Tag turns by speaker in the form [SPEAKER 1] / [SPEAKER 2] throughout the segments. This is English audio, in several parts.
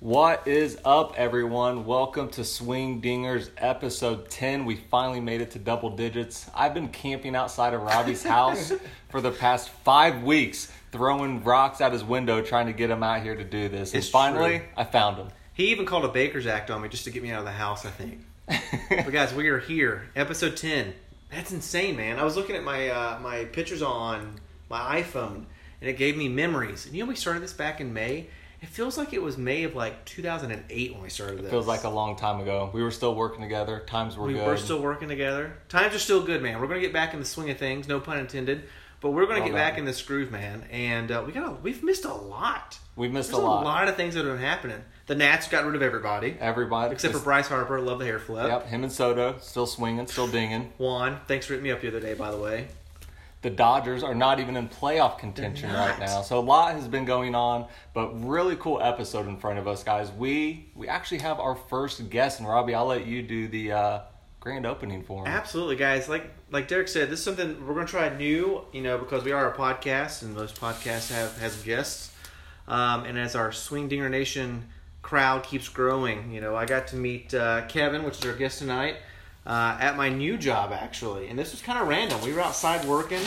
[SPEAKER 1] What is up, everyone? Welcome to Swing Dingers episode 10. We finally made it to double digits. I've been camping outside of Robbie's house for the past five weeks, throwing rocks out his window trying to get him out here to do this.
[SPEAKER 2] It's
[SPEAKER 1] and finally,
[SPEAKER 2] true.
[SPEAKER 1] I found him.
[SPEAKER 2] He even called a baker's act on me just to get me out of the house, I think. but guys, we are here. Episode 10. That's insane, man. I was looking at my uh, my pictures on my iPhone and it gave me memories. And you know we started this back in May? It feels like it was May of like 2008 when we started this.
[SPEAKER 1] Feels like a long time ago. We were still working together. Times were
[SPEAKER 2] we
[SPEAKER 1] good.
[SPEAKER 2] were still working together. Times are still good, man. We're going to get back in the swing of things, no pun intended. But we're going to
[SPEAKER 1] Well
[SPEAKER 2] get back
[SPEAKER 1] done.
[SPEAKER 2] in this groove, man. And uh, we got a, we've missed a lot.
[SPEAKER 1] we missed
[SPEAKER 2] There's
[SPEAKER 1] a lot.
[SPEAKER 2] of things that have been happening. The Nats got rid of everybody.
[SPEAKER 1] Everybody.
[SPEAKER 2] Except for Bryce Harper, love the hair flip.
[SPEAKER 1] Yep, him and Soto still swinging, still dinging.
[SPEAKER 2] Juan, thanks for hitting me up the other day, by the way.
[SPEAKER 1] the Dodgers are not even in playoff contention
[SPEAKER 2] They're
[SPEAKER 1] right
[SPEAKER 2] not.
[SPEAKER 1] now. So a lot has been going on, but really cool episode in front of us, guys. We we actually have our first guest, and Robbie, I'll let you do the uh, grand opening for him.
[SPEAKER 2] Absolutely, guys. Like like Derek said, this is something we're gonna try new, you know, because we are a podcast and most podcasts have has guests. Um, and as our Swing Dinger Nation crowd keeps growing, you know, I got to meet uh, Kevin, which is our guest tonight, uh, at my new job actually. And this was kind of random. We were outside working,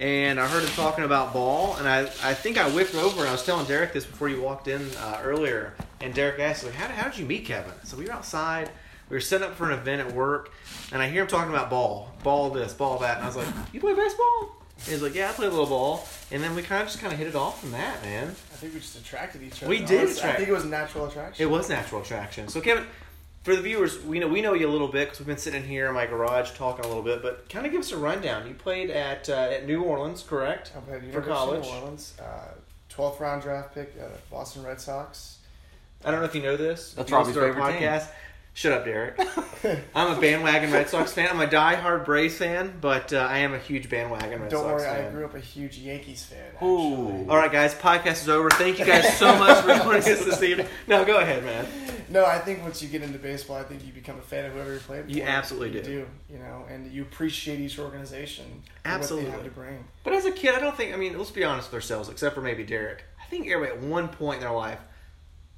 [SPEAKER 2] and I heard him talking about ball, and I I think I whipped over and I was telling Derek this before you walked in uh, earlier, and Derek asked like, how, did- how did you meet Kevin? So we were outside. We were setting up for an event at work, and I hear him talking about ball, ball this, ball that, and I was like, "You play baseball?" And he's like, "Yeah, I play a little ball." And then we kind of just kind of hit it off from that, man.
[SPEAKER 3] I think we just attracted each other.
[SPEAKER 2] We did
[SPEAKER 3] Honestly, I
[SPEAKER 2] attract-
[SPEAKER 3] think Uh, it was natural attraction.
[SPEAKER 2] It was natural attraction. So Kevin, for the viewers, we know we know you a little bit because we've been sitting here in my garage talking a little bit, but kind of give us a rundown. You played at uh, at New Orleans, correct?
[SPEAKER 3] I played at the
[SPEAKER 2] for
[SPEAKER 3] University
[SPEAKER 2] college.
[SPEAKER 3] of New Orleans, uh, 12th round draft pick, uh, Boston Red Sox.
[SPEAKER 2] I don't know if you know this.
[SPEAKER 1] That's
[SPEAKER 2] If you listen
[SPEAKER 1] Robbie's
[SPEAKER 2] to our
[SPEAKER 1] favorite team.
[SPEAKER 2] Shut up, Derek. I'm a bandwagon Red Sox fan. I'm a diehard Braves fan, but uh, I am a huge bandwagon Red
[SPEAKER 3] Don't
[SPEAKER 2] Sox
[SPEAKER 3] worry,
[SPEAKER 2] fan.
[SPEAKER 3] I grew up a huge Yankees fan.
[SPEAKER 1] Ooh.
[SPEAKER 3] actually.
[SPEAKER 2] All right, guys, podcast is over. Thank you guys so much for joining us this evening. No, go ahead, man.
[SPEAKER 3] No, I think once you get into baseball, I think you become a fan of whoever you're playing.
[SPEAKER 2] You
[SPEAKER 3] for.
[SPEAKER 2] absolutely
[SPEAKER 3] you
[SPEAKER 2] do.
[SPEAKER 3] do. You know, and you appreciate each organization. and
[SPEAKER 2] Absolutely.
[SPEAKER 3] What they have to bring.
[SPEAKER 2] But as a kid, I don't think. I mean, let's be honest with ourselves, except for maybe Derek. I think everybody at one point in their life,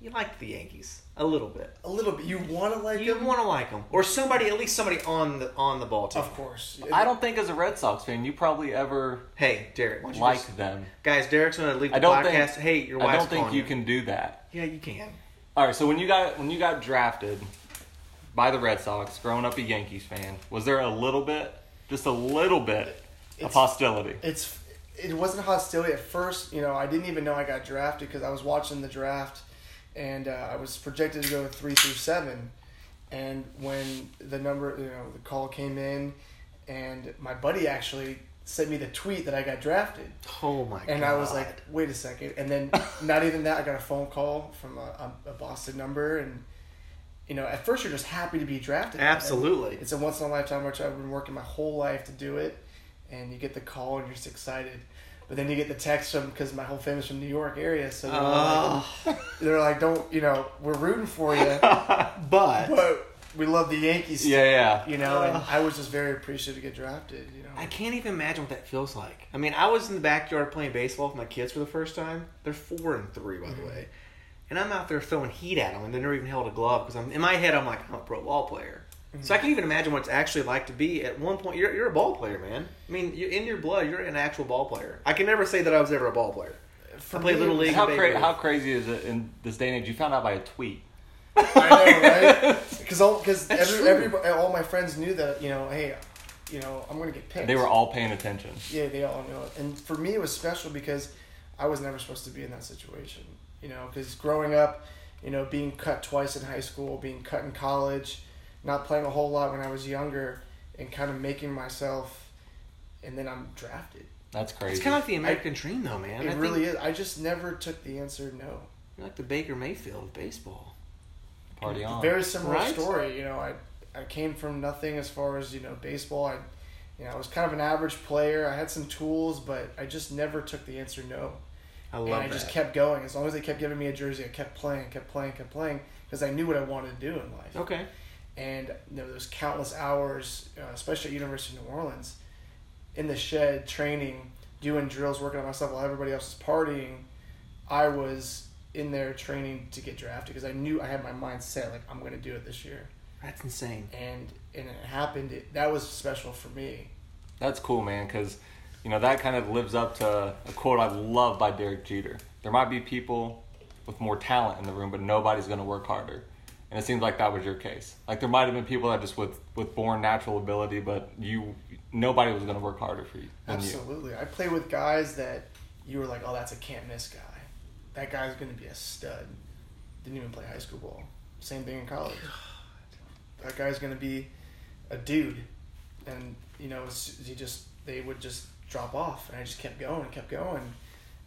[SPEAKER 2] you liked the Yankees a little bit.
[SPEAKER 3] A little bit. You want to like
[SPEAKER 2] You
[SPEAKER 3] them?
[SPEAKER 2] want to like them, or somebody, at least somebody on the on the ball team.
[SPEAKER 3] Of course.
[SPEAKER 1] I don't think as a Red Sox fan you probably ever
[SPEAKER 2] Hey, Derek, why don't you
[SPEAKER 1] like
[SPEAKER 2] just-
[SPEAKER 1] them.
[SPEAKER 2] guys? Derek's going to leave the
[SPEAKER 1] I don't think.
[SPEAKER 2] podcast. hey, your wife's
[SPEAKER 1] I don't think
[SPEAKER 2] calling
[SPEAKER 1] you can do that.
[SPEAKER 2] Yeah, you can.
[SPEAKER 1] All right. So when you got when you got drafted by the Red Sox, growing up a Yankees fan, was there a little bit, just a little bit, of
[SPEAKER 3] It's-
[SPEAKER 1] hostility?
[SPEAKER 3] it's it wasn't hostility at first. You know, I didn't even know I got drafted because I was watching the draft, and uh, I was projected to go three through seven. And when the number, you know, the call came in, and my buddy actually sent me the tweet that I got drafted,
[SPEAKER 2] Oh my god!
[SPEAKER 3] and I was like, wait a second. And then not even that, I got a phone call from a, a a Boston number, and you know, at first you're just happy to be drafted.
[SPEAKER 2] absolutely.
[SPEAKER 3] It's a once in a lifetime which I've been working my whole life to do it, and you get the call and you're just excited, but then you get the text from because my whole family's from New York area, so they're,
[SPEAKER 2] Uh,
[SPEAKER 3] like, they're like, don't you know, we're rooting for you,
[SPEAKER 2] but
[SPEAKER 3] but we love the Yankees,
[SPEAKER 1] Yeah, yeah.
[SPEAKER 3] you know. And I was just very appreciative to get drafted, you know.
[SPEAKER 2] Ah. I can't even imagine what that feels like. I mean, I was in the backyard playing baseball with my kids for the first time. They're four and three, by
[SPEAKER 3] Mm-hmm.
[SPEAKER 2] the way. And I'm out there throwing heat at them, and they never even held a glove because I'm in my head. I'm like, I'm a pro ball player,
[SPEAKER 3] Mm-hmm.
[SPEAKER 2] so I can even imagine what it's actually like to be at one point. You're, you're a ball player, man. I mean, you in your blood, you're an actual ball player. I can never say that I was ever a ball player.
[SPEAKER 3] For
[SPEAKER 2] I played
[SPEAKER 3] me,
[SPEAKER 2] little league.
[SPEAKER 1] How,
[SPEAKER 2] Babe
[SPEAKER 1] cra-
[SPEAKER 2] Ruth.
[SPEAKER 1] how crazy is it in this day and age? You found out by a tweet.
[SPEAKER 3] I know, right? Because all because
[SPEAKER 2] That's
[SPEAKER 3] every, every all my friends knew that you know, hey, you know, I'm gonna get picked.
[SPEAKER 1] They were all paying attention.
[SPEAKER 3] Yeah, they all know it. And for me, it was special because I was never supposed to be in that situation. You know, because growing up, you know, being cut twice in high school, being cut in college, not playing a whole lot when I was younger, and kind of making myself, and then I'm drafted.
[SPEAKER 1] That's crazy.
[SPEAKER 2] It's kind of like the American dream, though, man. I
[SPEAKER 3] it
[SPEAKER 2] think
[SPEAKER 3] really is. I just never took the answer no.
[SPEAKER 2] you're like the Baker Mayfield of baseball.
[SPEAKER 1] Party on.
[SPEAKER 3] Very similar
[SPEAKER 2] Oh, Right.
[SPEAKER 3] story. You know, I I came from nothing as far as you know baseball. I, you know, I was kind of an average player. I had some tools, but I just never took the answer no.
[SPEAKER 2] I love
[SPEAKER 3] and I
[SPEAKER 2] that.
[SPEAKER 3] just kept going. As long as they kept giving me a jersey, I kept playing, kept playing, kept playing because I knew what I wanted to do in life.
[SPEAKER 2] okay.
[SPEAKER 3] And you know, those countless hours, uh, especially at University of New Orleans, in the shed training, doing drills, working on myself while everybody else was partying, I was in there training to get drafted because I knew I had my mind set like I'm going to do it this year,
[SPEAKER 2] That's insane.
[SPEAKER 3] and and it happened. It, that was special for me.
[SPEAKER 1] That's cool, man, because you know that kind of lives up to a quote I love by Derek Jeter. There might be people with more talent in the room, but nobody's going to work harder. And it seems like that was your case. Like there might have been people that just with with born natural ability, but you nobody was going to work harder for you than you.
[SPEAKER 3] Absolutely, I play with guys that you were like, oh, that's a can't miss guy. That guy's going to be a stud. Didn't even play high school ball. Same thing in college. That guy's going to be a dude, and you know it's- he just they would just drop off, and I just kept going and kept going,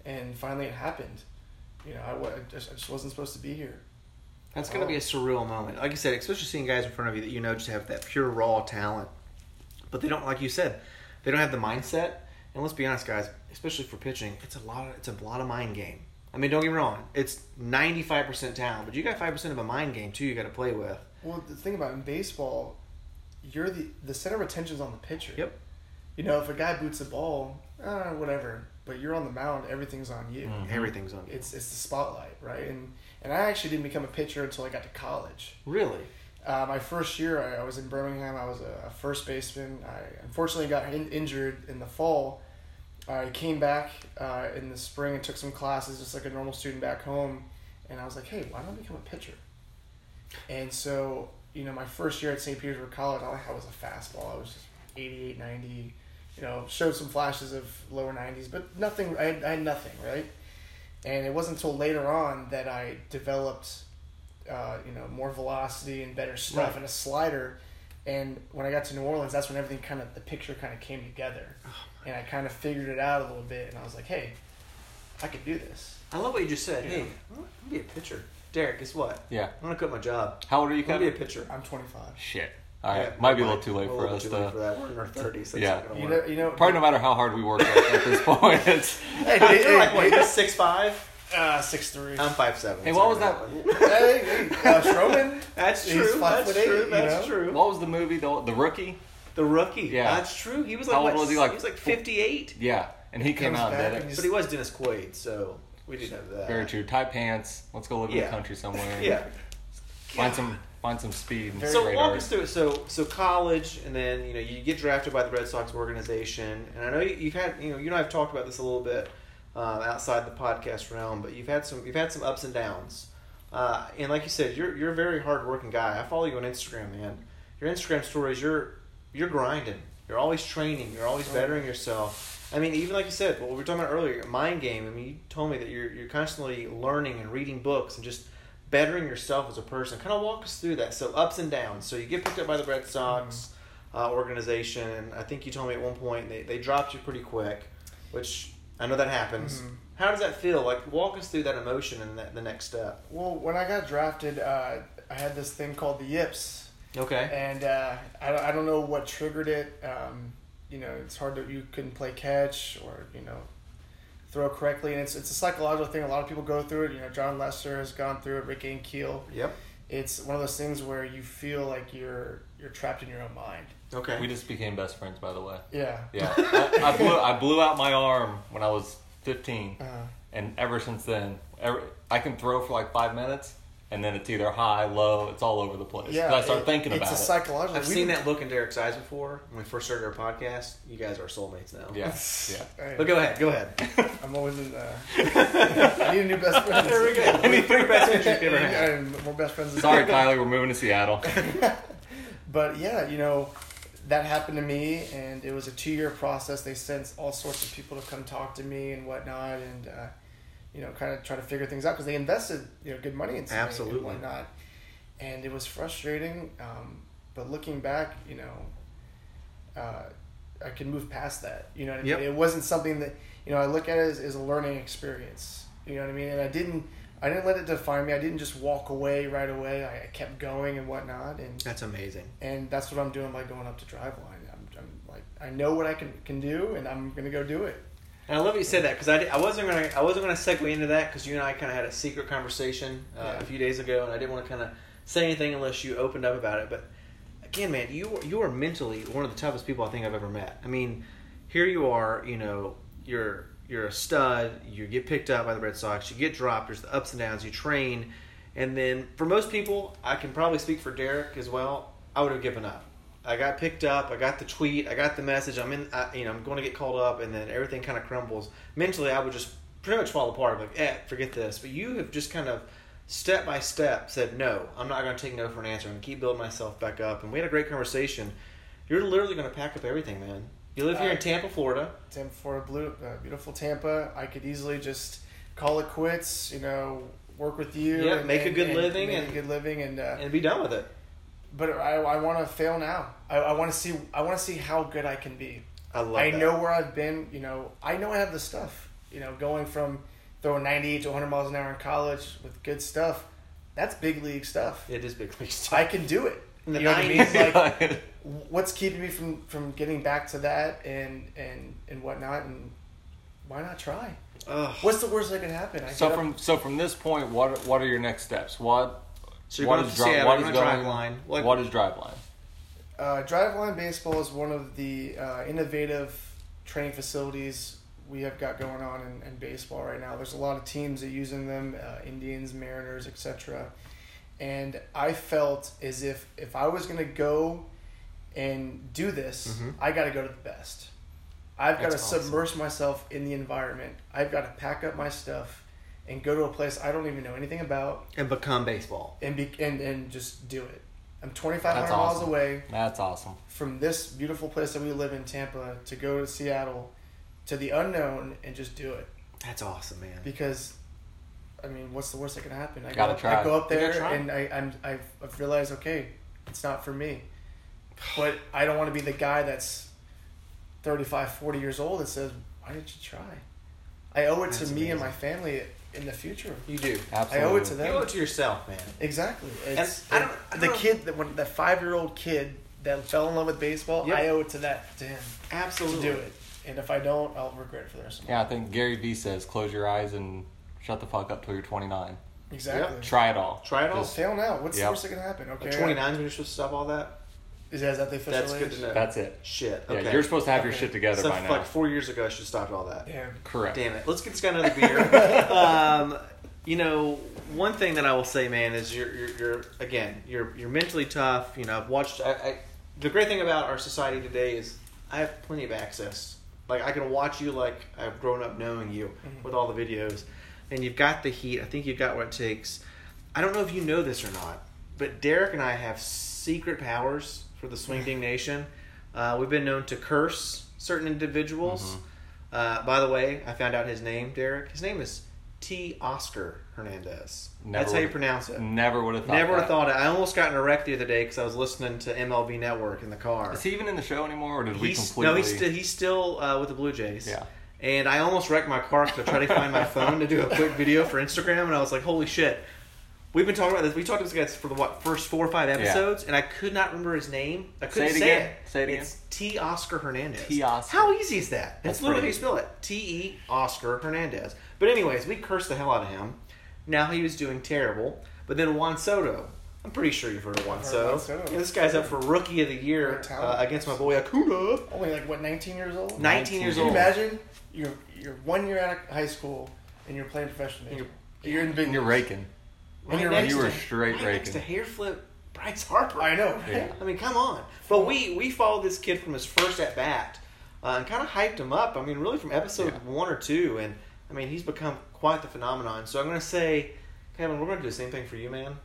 [SPEAKER 3] and finally it happened. You know, I, wa- I just, I just wasn't supposed to be here.
[SPEAKER 2] That's gonna be a surreal moment. Like you said, especially seeing guys in front of you that you know just have that pure raw talent, but they don't, like you said, they don't have the mindset. And let's be honest, guys, especially for pitching, it's a lot. Of, it's a lot of mind game. I mean, don't get me wrong. It's ninety five percent talent, but you got five percent of a mind game too. You got to play with.
[SPEAKER 3] Well, the thing about in baseball, you're the the center of attention's on the pitcher.
[SPEAKER 2] Yep.
[SPEAKER 3] You know, if a guy boots a ball, uh, whatever. But you're on the mound, everything's on you.
[SPEAKER 2] Mm. Mm-hmm. Everything's on you.
[SPEAKER 3] It's it's the spotlight, right? And and I actually didn't become a pitcher until I got to college.
[SPEAKER 2] Really?
[SPEAKER 3] Uh, my first year, I, I was in Birmingham. I was a, a first baseman. I unfortunately got in, injured in the fall. I came back uh, in the spring and took some classes, just like a normal student back home. And I was like, hey, why don't I become a pitcher? And so, you know, my first year at St. Petersburg College, all I had was a fastball. I was just 88, 90, you know, showed some flashes of lower 90s, but nothing, I had, I had nothing, right? And it wasn't until later on that I developed, uh, you know, more velocity and better stuff
[SPEAKER 2] Right.
[SPEAKER 3] and a slider. And when I got to New Orleans, that's when everything kind of, the picture kind of came together. and I kind of figured it out a little bit. And I was like, hey, I could do this.
[SPEAKER 2] I love what you just said.
[SPEAKER 3] Yeah.
[SPEAKER 2] Hey, I'm gonna be a pitcher. Derek, guess what?
[SPEAKER 1] Yeah.
[SPEAKER 2] I'm gonna quit my job.
[SPEAKER 1] How old are you,
[SPEAKER 2] I'm gonna be a
[SPEAKER 1] Kevin?
[SPEAKER 2] pitcher.
[SPEAKER 3] I'm 25.
[SPEAKER 1] Shit. All right,
[SPEAKER 2] Yeah,
[SPEAKER 1] might be a little too late for
[SPEAKER 2] little
[SPEAKER 1] us.
[SPEAKER 2] too late
[SPEAKER 1] To,
[SPEAKER 2] for that. We're in our thirties. So
[SPEAKER 1] Yeah.
[SPEAKER 2] yeah.
[SPEAKER 3] You know, you know,
[SPEAKER 1] probably no matter how hard we work at, at this point.
[SPEAKER 3] Hey,
[SPEAKER 2] You're
[SPEAKER 3] hey, hey,
[SPEAKER 2] like what?
[SPEAKER 3] hey,
[SPEAKER 2] You're six five.
[SPEAKER 3] uh, six three.
[SPEAKER 1] Um,
[SPEAKER 2] I'm five seven.
[SPEAKER 1] Hey, what was that?
[SPEAKER 3] hey, hey, uh, Strowman.
[SPEAKER 2] That's
[SPEAKER 3] He's
[SPEAKER 2] true.
[SPEAKER 3] five
[SPEAKER 2] that's
[SPEAKER 3] foot eight,
[SPEAKER 2] true.
[SPEAKER 3] you
[SPEAKER 2] That's
[SPEAKER 3] know?
[SPEAKER 2] true.
[SPEAKER 1] What was the movie? The the rookie.
[SPEAKER 2] The rookie.
[SPEAKER 1] Yeah.
[SPEAKER 2] That's true. He was like
[SPEAKER 1] How old
[SPEAKER 2] what,
[SPEAKER 1] was he, like,
[SPEAKER 2] he was like fifty eight.
[SPEAKER 1] Yeah, and he came
[SPEAKER 3] comes
[SPEAKER 1] out
[SPEAKER 3] back
[SPEAKER 1] and
[SPEAKER 3] and
[SPEAKER 1] did it.
[SPEAKER 3] he's-
[SPEAKER 2] But he was Dennis Quaid, so we did have that.
[SPEAKER 1] Very true. Tight pants. Let's go live in
[SPEAKER 2] Yeah.
[SPEAKER 1] the country somewhere.
[SPEAKER 2] Yeah.
[SPEAKER 1] Find some find some speed. And
[SPEAKER 3] Very
[SPEAKER 2] So
[SPEAKER 1] radar.
[SPEAKER 2] walk us through it. So so college, and then you know you get drafted by the Red Sox organization, and I know you, you've had you know you and I have talked about this a little bit um, outside the podcast realm, but you've had some you've had some ups and downs, uh, and like you said, you're you're a very hardworking guy. I follow you on Instagram, man. Your Instagram stories, you're you're grinding. You're always training. You're always bettering yourself. I mean, even like you said, what we were talking about earlier, your mind game. I mean, you told me that you're you're constantly learning and reading books and just bettering yourself as a person. Kind of walk us through that. So ups and downs. So you get picked up by the
[SPEAKER 1] Mm-hmm.
[SPEAKER 2] Red Sox uh, organization, and I think you told me at one point they, they dropped you pretty quick, which I know that happens.
[SPEAKER 1] Mm-hmm.
[SPEAKER 3] Mhm.
[SPEAKER 2] How does that feel? Like walk us through that emotion and that, the next step.
[SPEAKER 3] Well, when I got drafted, uh, I had this thing called the yips,
[SPEAKER 2] Okay.
[SPEAKER 3] and uh, I, don't- I don't know what triggered it. Um, you know, it's hard that you couldn't play catch or you know throw correctly, and it's it's a psychological thing. A lot of people go through it. You know, John Lester has gone through it. Rick Ankiel.
[SPEAKER 2] Yep.
[SPEAKER 3] It's one of those things where you feel like you're you're trapped in your own mind.
[SPEAKER 2] Okay.
[SPEAKER 1] We just became best friends, by the way.
[SPEAKER 3] Yeah.
[SPEAKER 1] Yeah, I, I blew I blew out my arm when I was 15,
[SPEAKER 2] Uh-huh.
[SPEAKER 3] Uh,
[SPEAKER 1] and ever since then, every, I can throw for like five minutes, and then it's either high, low, it's all over the place. 'Cause
[SPEAKER 3] yeah.
[SPEAKER 1] I start
[SPEAKER 3] it-
[SPEAKER 1] thinking about
[SPEAKER 3] it's
[SPEAKER 1] it.
[SPEAKER 3] a psychological.
[SPEAKER 2] I've
[SPEAKER 3] we-
[SPEAKER 2] seen that look in Derek's eyes before when we first started our podcast. You guys are soulmates now.
[SPEAKER 1] yeah, yeah.
[SPEAKER 3] Hey,
[SPEAKER 2] But go ahead. Go ahead.
[SPEAKER 3] I'm always in. Uh, I need a new best friend.
[SPEAKER 2] there we go. I mean, three best friends you've ever had.
[SPEAKER 3] And more best friends. than-
[SPEAKER 1] Sorry, Kylie, we're moving to Seattle.
[SPEAKER 3] But yeah, you know, that happened to me, and it was a two-year process. They sent all sorts of people to come talk to me and whatnot, and uh, you know, kind of try to figure things out because they invested you know good money into me
[SPEAKER 2] Absolutely.
[SPEAKER 3] and whatnot, and it was frustrating. Um, but looking back, you know, uh, I can move past that. You know what I mean?
[SPEAKER 2] Yep.
[SPEAKER 3] It wasn't something that you know I look at it as, as a learning experience. You know what I mean? And I didn't. I didn't let it define me. I didn't just walk away right away. I I kept going and whatnot, and
[SPEAKER 2] That's amazing.
[SPEAKER 3] and that's what I'm doing by going up to driveline. I'm, I'm like, I know what I can can do, and I'm gonna go do it.
[SPEAKER 2] And I love that you said that because I, di- I wasn't gonna I wasn't gonna segue into that because you and I kind of had a secret conversation uh,
[SPEAKER 3] Yeah.
[SPEAKER 2] a few days ago, and I didn't want to kind of say anything unless you opened up about it. But again, man, you you are mentally one of the toughest people I think I've ever met. I mean, here you are, you know, you're you're a stud, you get picked up by the Red Sox, you get dropped, there's the ups and downs, you train, and then for most people, I can probably speak for Derek as well. I would have given up. I got picked up, I got the tweet, I got the message. I'm in, I, you know, I'm going to get called up, and then everything kind of crumbles. Mentally, I would just pretty much fall apart. I'm like, eh, forget this. But you have just kind of step by step said, no, I'm not going to take no for an answer. I'm going to keep building myself back up. And we had a great conversation. You're literally going to pack up everything, man. You live here in
[SPEAKER 3] Uh,
[SPEAKER 2] Tampa, Florida.
[SPEAKER 3] Tampa, Florida Blue, uh, beautiful Tampa. I could easily just call it quits. You know, work with you.
[SPEAKER 2] Yeah, make a good living
[SPEAKER 3] make
[SPEAKER 2] and-
[SPEAKER 3] a good living, and uh,
[SPEAKER 2] and be done with it.
[SPEAKER 3] but I, I want to fail now. I, I want to see I want to see how good I can be.
[SPEAKER 2] I love.
[SPEAKER 3] I
[SPEAKER 2] that.
[SPEAKER 3] know where I've been. You know, I know I have the stuff. You know, going from throwing 98 to 100 miles an hour in college with good stuff, that's big league stuff.
[SPEAKER 2] it is big league stuff.
[SPEAKER 3] I can do it.
[SPEAKER 2] In the
[SPEAKER 3] you know what I mean?
[SPEAKER 2] 90s.
[SPEAKER 3] Like, what's keeping me from from getting back to that and and and whatnot and why not try
[SPEAKER 2] Ugh.
[SPEAKER 3] what's the worst that could happen I
[SPEAKER 1] so
[SPEAKER 3] get up-
[SPEAKER 1] from so from this point, what are- what are your next steps? What
[SPEAKER 2] So you're
[SPEAKER 1] what
[SPEAKER 2] going
[SPEAKER 1] is
[SPEAKER 2] to
[SPEAKER 1] dri-
[SPEAKER 2] Seattle.
[SPEAKER 1] what
[SPEAKER 2] You're
[SPEAKER 1] is
[SPEAKER 2] going to drive
[SPEAKER 1] going-
[SPEAKER 2] line. Like,
[SPEAKER 1] what is driveline?
[SPEAKER 3] uh, drive line baseball is one of the uh, innovative training facilities we have got going on in, in baseball right now there's a lot of teams that are using them uh, indians mariners etc and i felt as if if i was going to go and do this
[SPEAKER 2] Mhm.
[SPEAKER 3] i got to go to the best I've got to
[SPEAKER 2] That's awesome.
[SPEAKER 3] submerge myself in the environment. I've got to pack up my stuff and go to a place I don't even know anything about
[SPEAKER 2] and become baseball.
[SPEAKER 3] and be and, and just do it. I'm 2,500
[SPEAKER 1] That's
[SPEAKER 3] miles
[SPEAKER 1] awesome.
[SPEAKER 3] away
[SPEAKER 1] That's awesome.
[SPEAKER 3] from this beautiful place that we live in, Tampa, to go to Seattle, to the unknown and just do it
[SPEAKER 2] That's awesome, man.
[SPEAKER 3] because. I mean, what's the worst that can happen? I
[SPEAKER 1] Gotta
[SPEAKER 3] go,
[SPEAKER 1] try.
[SPEAKER 3] I go up
[SPEAKER 2] You gotta
[SPEAKER 3] there
[SPEAKER 2] try.
[SPEAKER 3] and I, I'm, I've, I've realized, okay, it's not for me. But I don't want to be the guy that's 35, 40 years old that says, why didn't you try? I owe it
[SPEAKER 2] That's
[SPEAKER 3] to me
[SPEAKER 2] amazing.
[SPEAKER 3] and my family in the future.
[SPEAKER 2] You do.
[SPEAKER 1] Absolutely.
[SPEAKER 3] I owe it to
[SPEAKER 2] You owe
[SPEAKER 3] them.
[SPEAKER 2] it to yourself, man.
[SPEAKER 3] Exactly. It's,
[SPEAKER 2] I don't- I
[SPEAKER 3] the
[SPEAKER 2] don't-
[SPEAKER 3] kid, that when, the five-year-old kid that fell in love with baseball,
[SPEAKER 2] Yep.
[SPEAKER 3] I owe it to that, to him, to
[SPEAKER 2] Absolutely.
[SPEAKER 3] do it. And if I don't, I'll regret it for the rest of my
[SPEAKER 1] Yeah, I think Gary Vee says, close your eyes and shut the fuck up till you're 29.
[SPEAKER 3] Exactly.
[SPEAKER 1] Try it all.
[SPEAKER 2] Try it all.
[SPEAKER 1] Just-
[SPEAKER 3] Fail now. What's
[SPEAKER 1] Yep.
[SPEAKER 3] the worst that can happen? Okay.
[SPEAKER 2] Like 29 is when you're supposed to stop all that.
[SPEAKER 3] Is that, is that the official
[SPEAKER 2] That's
[SPEAKER 3] age?
[SPEAKER 2] good to know.
[SPEAKER 1] That's it.
[SPEAKER 2] Shit.
[SPEAKER 1] Yeah,
[SPEAKER 2] Okay.
[SPEAKER 1] you're supposed to have your
[SPEAKER 3] Okay.
[SPEAKER 1] shit together
[SPEAKER 2] So,
[SPEAKER 1] by now.
[SPEAKER 2] like four years ago, I should have stopped all that.
[SPEAKER 3] Damn.
[SPEAKER 1] Correct.
[SPEAKER 2] Damn it. Let's get this guy another beer. um, you know, one thing that I will say, man, is you're, you're, you're again, you're, you're mentally tough. You know, I've watched. I, I, the great thing about our society today is I have plenty of access. Like I can watch you like I've grown up knowing you with all the videos, and you've got the heat. I think you've got what it takes. I don't know if you know this or not, but Derek and I have secret powers for the Swing Ding Nation. Uh, we've been known to curse certain individuals. Uh, by the way, I found out his name, Derek. His name is T. Oscar Hernandez.
[SPEAKER 1] Never
[SPEAKER 2] That's how you
[SPEAKER 1] would've-
[SPEAKER 2] pronounce it.
[SPEAKER 1] Never would have thought
[SPEAKER 2] Never
[SPEAKER 1] that.
[SPEAKER 2] would have thought it. I almost got in a wreck the other day because I was listening to MLB Network in the car.
[SPEAKER 1] Is he even in the show anymore, or did we
[SPEAKER 2] He's-
[SPEAKER 1] completely?
[SPEAKER 2] No, he's still he's still uh, with the Blue Jays.
[SPEAKER 1] Yeah.
[SPEAKER 2] And I almost wrecked my car because I tried to find my phone to do a quick video for Instagram, and I was like, "Holy shit!" We've been talking about this. We talked to this guy for the what first four or five episodes, and I could not remember his name. I couldn't
[SPEAKER 1] it
[SPEAKER 2] say,
[SPEAKER 1] again. Say it again.
[SPEAKER 2] It's T. Oscar Hernandez.
[SPEAKER 1] T. Oscar.
[SPEAKER 2] How easy is that? That's,
[SPEAKER 1] That's
[SPEAKER 2] literally how
[SPEAKER 1] pretty
[SPEAKER 2] you spell it. T. E. Oscar Hernandez. But anyways, we cursed the hell out of him. Now he was doing terrible. But then Juan Soto. I'm pretty sure you've heard of Juan
[SPEAKER 3] I've heard
[SPEAKER 2] Soto.
[SPEAKER 3] of Juan Soto.
[SPEAKER 2] Yeah, this guy's up for Rookie of the Year
[SPEAKER 3] Great
[SPEAKER 2] uh,
[SPEAKER 3] talent.
[SPEAKER 2] against my boy Acuna.
[SPEAKER 3] Only like what, 19 years old?
[SPEAKER 2] 19 years
[SPEAKER 1] Can
[SPEAKER 3] Can
[SPEAKER 2] old.
[SPEAKER 3] you imagine you're you're one year out of high school and you're playing professional
[SPEAKER 2] And
[SPEAKER 3] baseball. You're, in big
[SPEAKER 1] And you're raking.
[SPEAKER 2] Right
[SPEAKER 3] you're-
[SPEAKER 2] next
[SPEAKER 1] you were
[SPEAKER 2] to-
[SPEAKER 1] straight
[SPEAKER 2] right next
[SPEAKER 1] raking.
[SPEAKER 2] to hair flip Bryce Harper.
[SPEAKER 3] I know. Right?
[SPEAKER 1] Yeah.
[SPEAKER 2] I mean, come on. But we we followed this kid from his first at bat uh, and kind of hyped him up. I mean, really from episode
[SPEAKER 1] Yeah.
[SPEAKER 2] one or two, and I mean he's become quite the phenomenon. So I'm gonna say, Kevin, we're gonna do the same thing for you, man.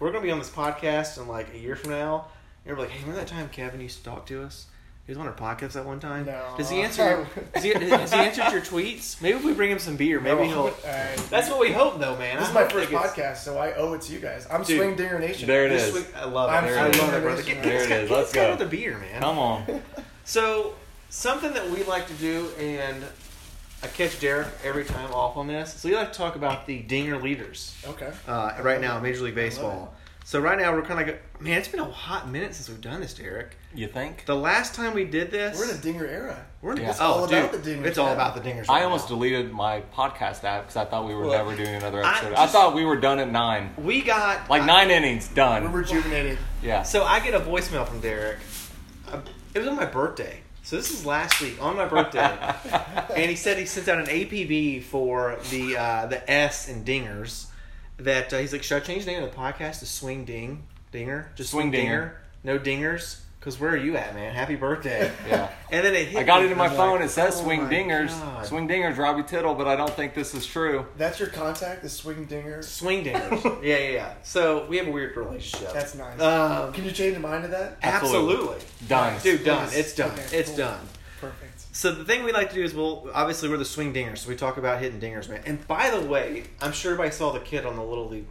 [SPEAKER 2] We're gonna be on this podcast in like a year from now, and we're like, hey, remember that time Kevin used to talk to us? He was on our podcast that one time.
[SPEAKER 3] No.
[SPEAKER 2] Does he answer? Your, does, he, does he answer your tweets? Maybe if we bring him some beer, maybe
[SPEAKER 3] All
[SPEAKER 2] he'll.
[SPEAKER 3] right.
[SPEAKER 2] That's what we hope, though, man.
[SPEAKER 3] This
[SPEAKER 2] I
[SPEAKER 3] is my
[SPEAKER 2] hope
[SPEAKER 3] first
[SPEAKER 2] he gets-
[SPEAKER 3] podcast, so I owe it to you guys. I'm
[SPEAKER 2] Dude.
[SPEAKER 3] Swing Dinger Nation.
[SPEAKER 1] There it
[SPEAKER 2] This
[SPEAKER 1] is.
[SPEAKER 2] week- I love it.
[SPEAKER 3] I'm
[SPEAKER 2] There
[SPEAKER 1] sorry.
[SPEAKER 2] it is. I love it, brother. Get, get
[SPEAKER 1] There
[SPEAKER 2] this
[SPEAKER 1] it
[SPEAKER 2] guy-
[SPEAKER 1] is.
[SPEAKER 2] get
[SPEAKER 1] Let's
[SPEAKER 2] this guy
[SPEAKER 1] go.
[SPEAKER 2] with the beer, man.
[SPEAKER 1] Come on.
[SPEAKER 2] So, something that we like to do, and I catch Derek every time off on this. So, we like to talk about the dinger leaders
[SPEAKER 3] Okay.
[SPEAKER 2] uh, right now in Major League
[SPEAKER 3] I
[SPEAKER 2] Baseball.
[SPEAKER 3] love
[SPEAKER 2] So, right now, we're kind of go- man. It's been a hot minute since we've done this, Derek.
[SPEAKER 1] You think?
[SPEAKER 2] The last time we did this,
[SPEAKER 3] We're in a Dinger era.
[SPEAKER 2] we're in
[SPEAKER 1] Yeah.
[SPEAKER 2] it's
[SPEAKER 1] It's
[SPEAKER 2] all
[SPEAKER 3] all about
[SPEAKER 2] dude,
[SPEAKER 3] the dingers
[SPEAKER 2] It's all
[SPEAKER 3] now.
[SPEAKER 2] about the dingers.
[SPEAKER 1] I
[SPEAKER 2] right
[SPEAKER 1] almost
[SPEAKER 2] now.
[SPEAKER 1] deleted my podcast app because I thought we were
[SPEAKER 2] Look,
[SPEAKER 1] never doing another
[SPEAKER 2] I
[SPEAKER 1] episode. I,
[SPEAKER 2] just-
[SPEAKER 1] thought we were done at nine,
[SPEAKER 2] We got
[SPEAKER 1] like
[SPEAKER 2] I-
[SPEAKER 1] nine innings
[SPEAKER 3] We're
[SPEAKER 1] done.
[SPEAKER 3] rejuvenated.
[SPEAKER 1] Yeah.
[SPEAKER 2] So I get a voicemail from Derek. Uh, It was on my birthday. So this is last week on my birthday, and he said he sent out an APB for the uh, the S and dingers. That uh, he's like, should I change the name of the podcast to Swing Ding Dinger? Just
[SPEAKER 1] Swing
[SPEAKER 2] Swing,
[SPEAKER 1] Dinger.
[SPEAKER 2] Dinger. No dingers, because where are you at, man? Happy birthday!
[SPEAKER 1] Yeah.
[SPEAKER 2] And then it hit
[SPEAKER 1] I got it
[SPEAKER 2] me,
[SPEAKER 1] in
[SPEAKER 2] and
[SPEAKER 1] my
[SPEAKER 2] I'm
[SPEAKER 1] phone.
[SPEAKER 2] like,
[SPEAKER 1] it says
[SPEAKER 2] oh
[SPEAKER 1] Swing
[SPEAKER 2] my
[SPEAKER 1] Dingers.
[SPEAKER 2] God.
[SPEAKER 1] Swing Dingers, Robbie Tittle, but I don't think this is true.
[SPEAKER 3] That's your contact, the swing dinger.
[SPEAKER 2] Swing Dingers. yeah, yeah, yeah. So we have a weird relationship.
[SPEAKER 3] That's nice.
[SPEAKER 2] Um,
[SPEAKER 3] Can you change the mind of that?
[SPEAKER 1] Absolutely.
[SPEAKER 2] absolutely.
[SPEAKER 1] Done.
[SPEAKER 2] Dude, done.
[SPEAKER 3] Yes.
[SPEAKER 2] It's done.
[SPEAKER 3] Okay,
[SPEAKER 2] it's
[SPEAKER 3] cool.
[SPEAKER 2] done.
[SPEAKER 3] Perfect.
[SPEAKER 2] So the thing we like to do is, well, obviously we're the swing dingers, so we talk about hitting dingers, man. And by the way, I'm sure everybody saw the kid on the Little League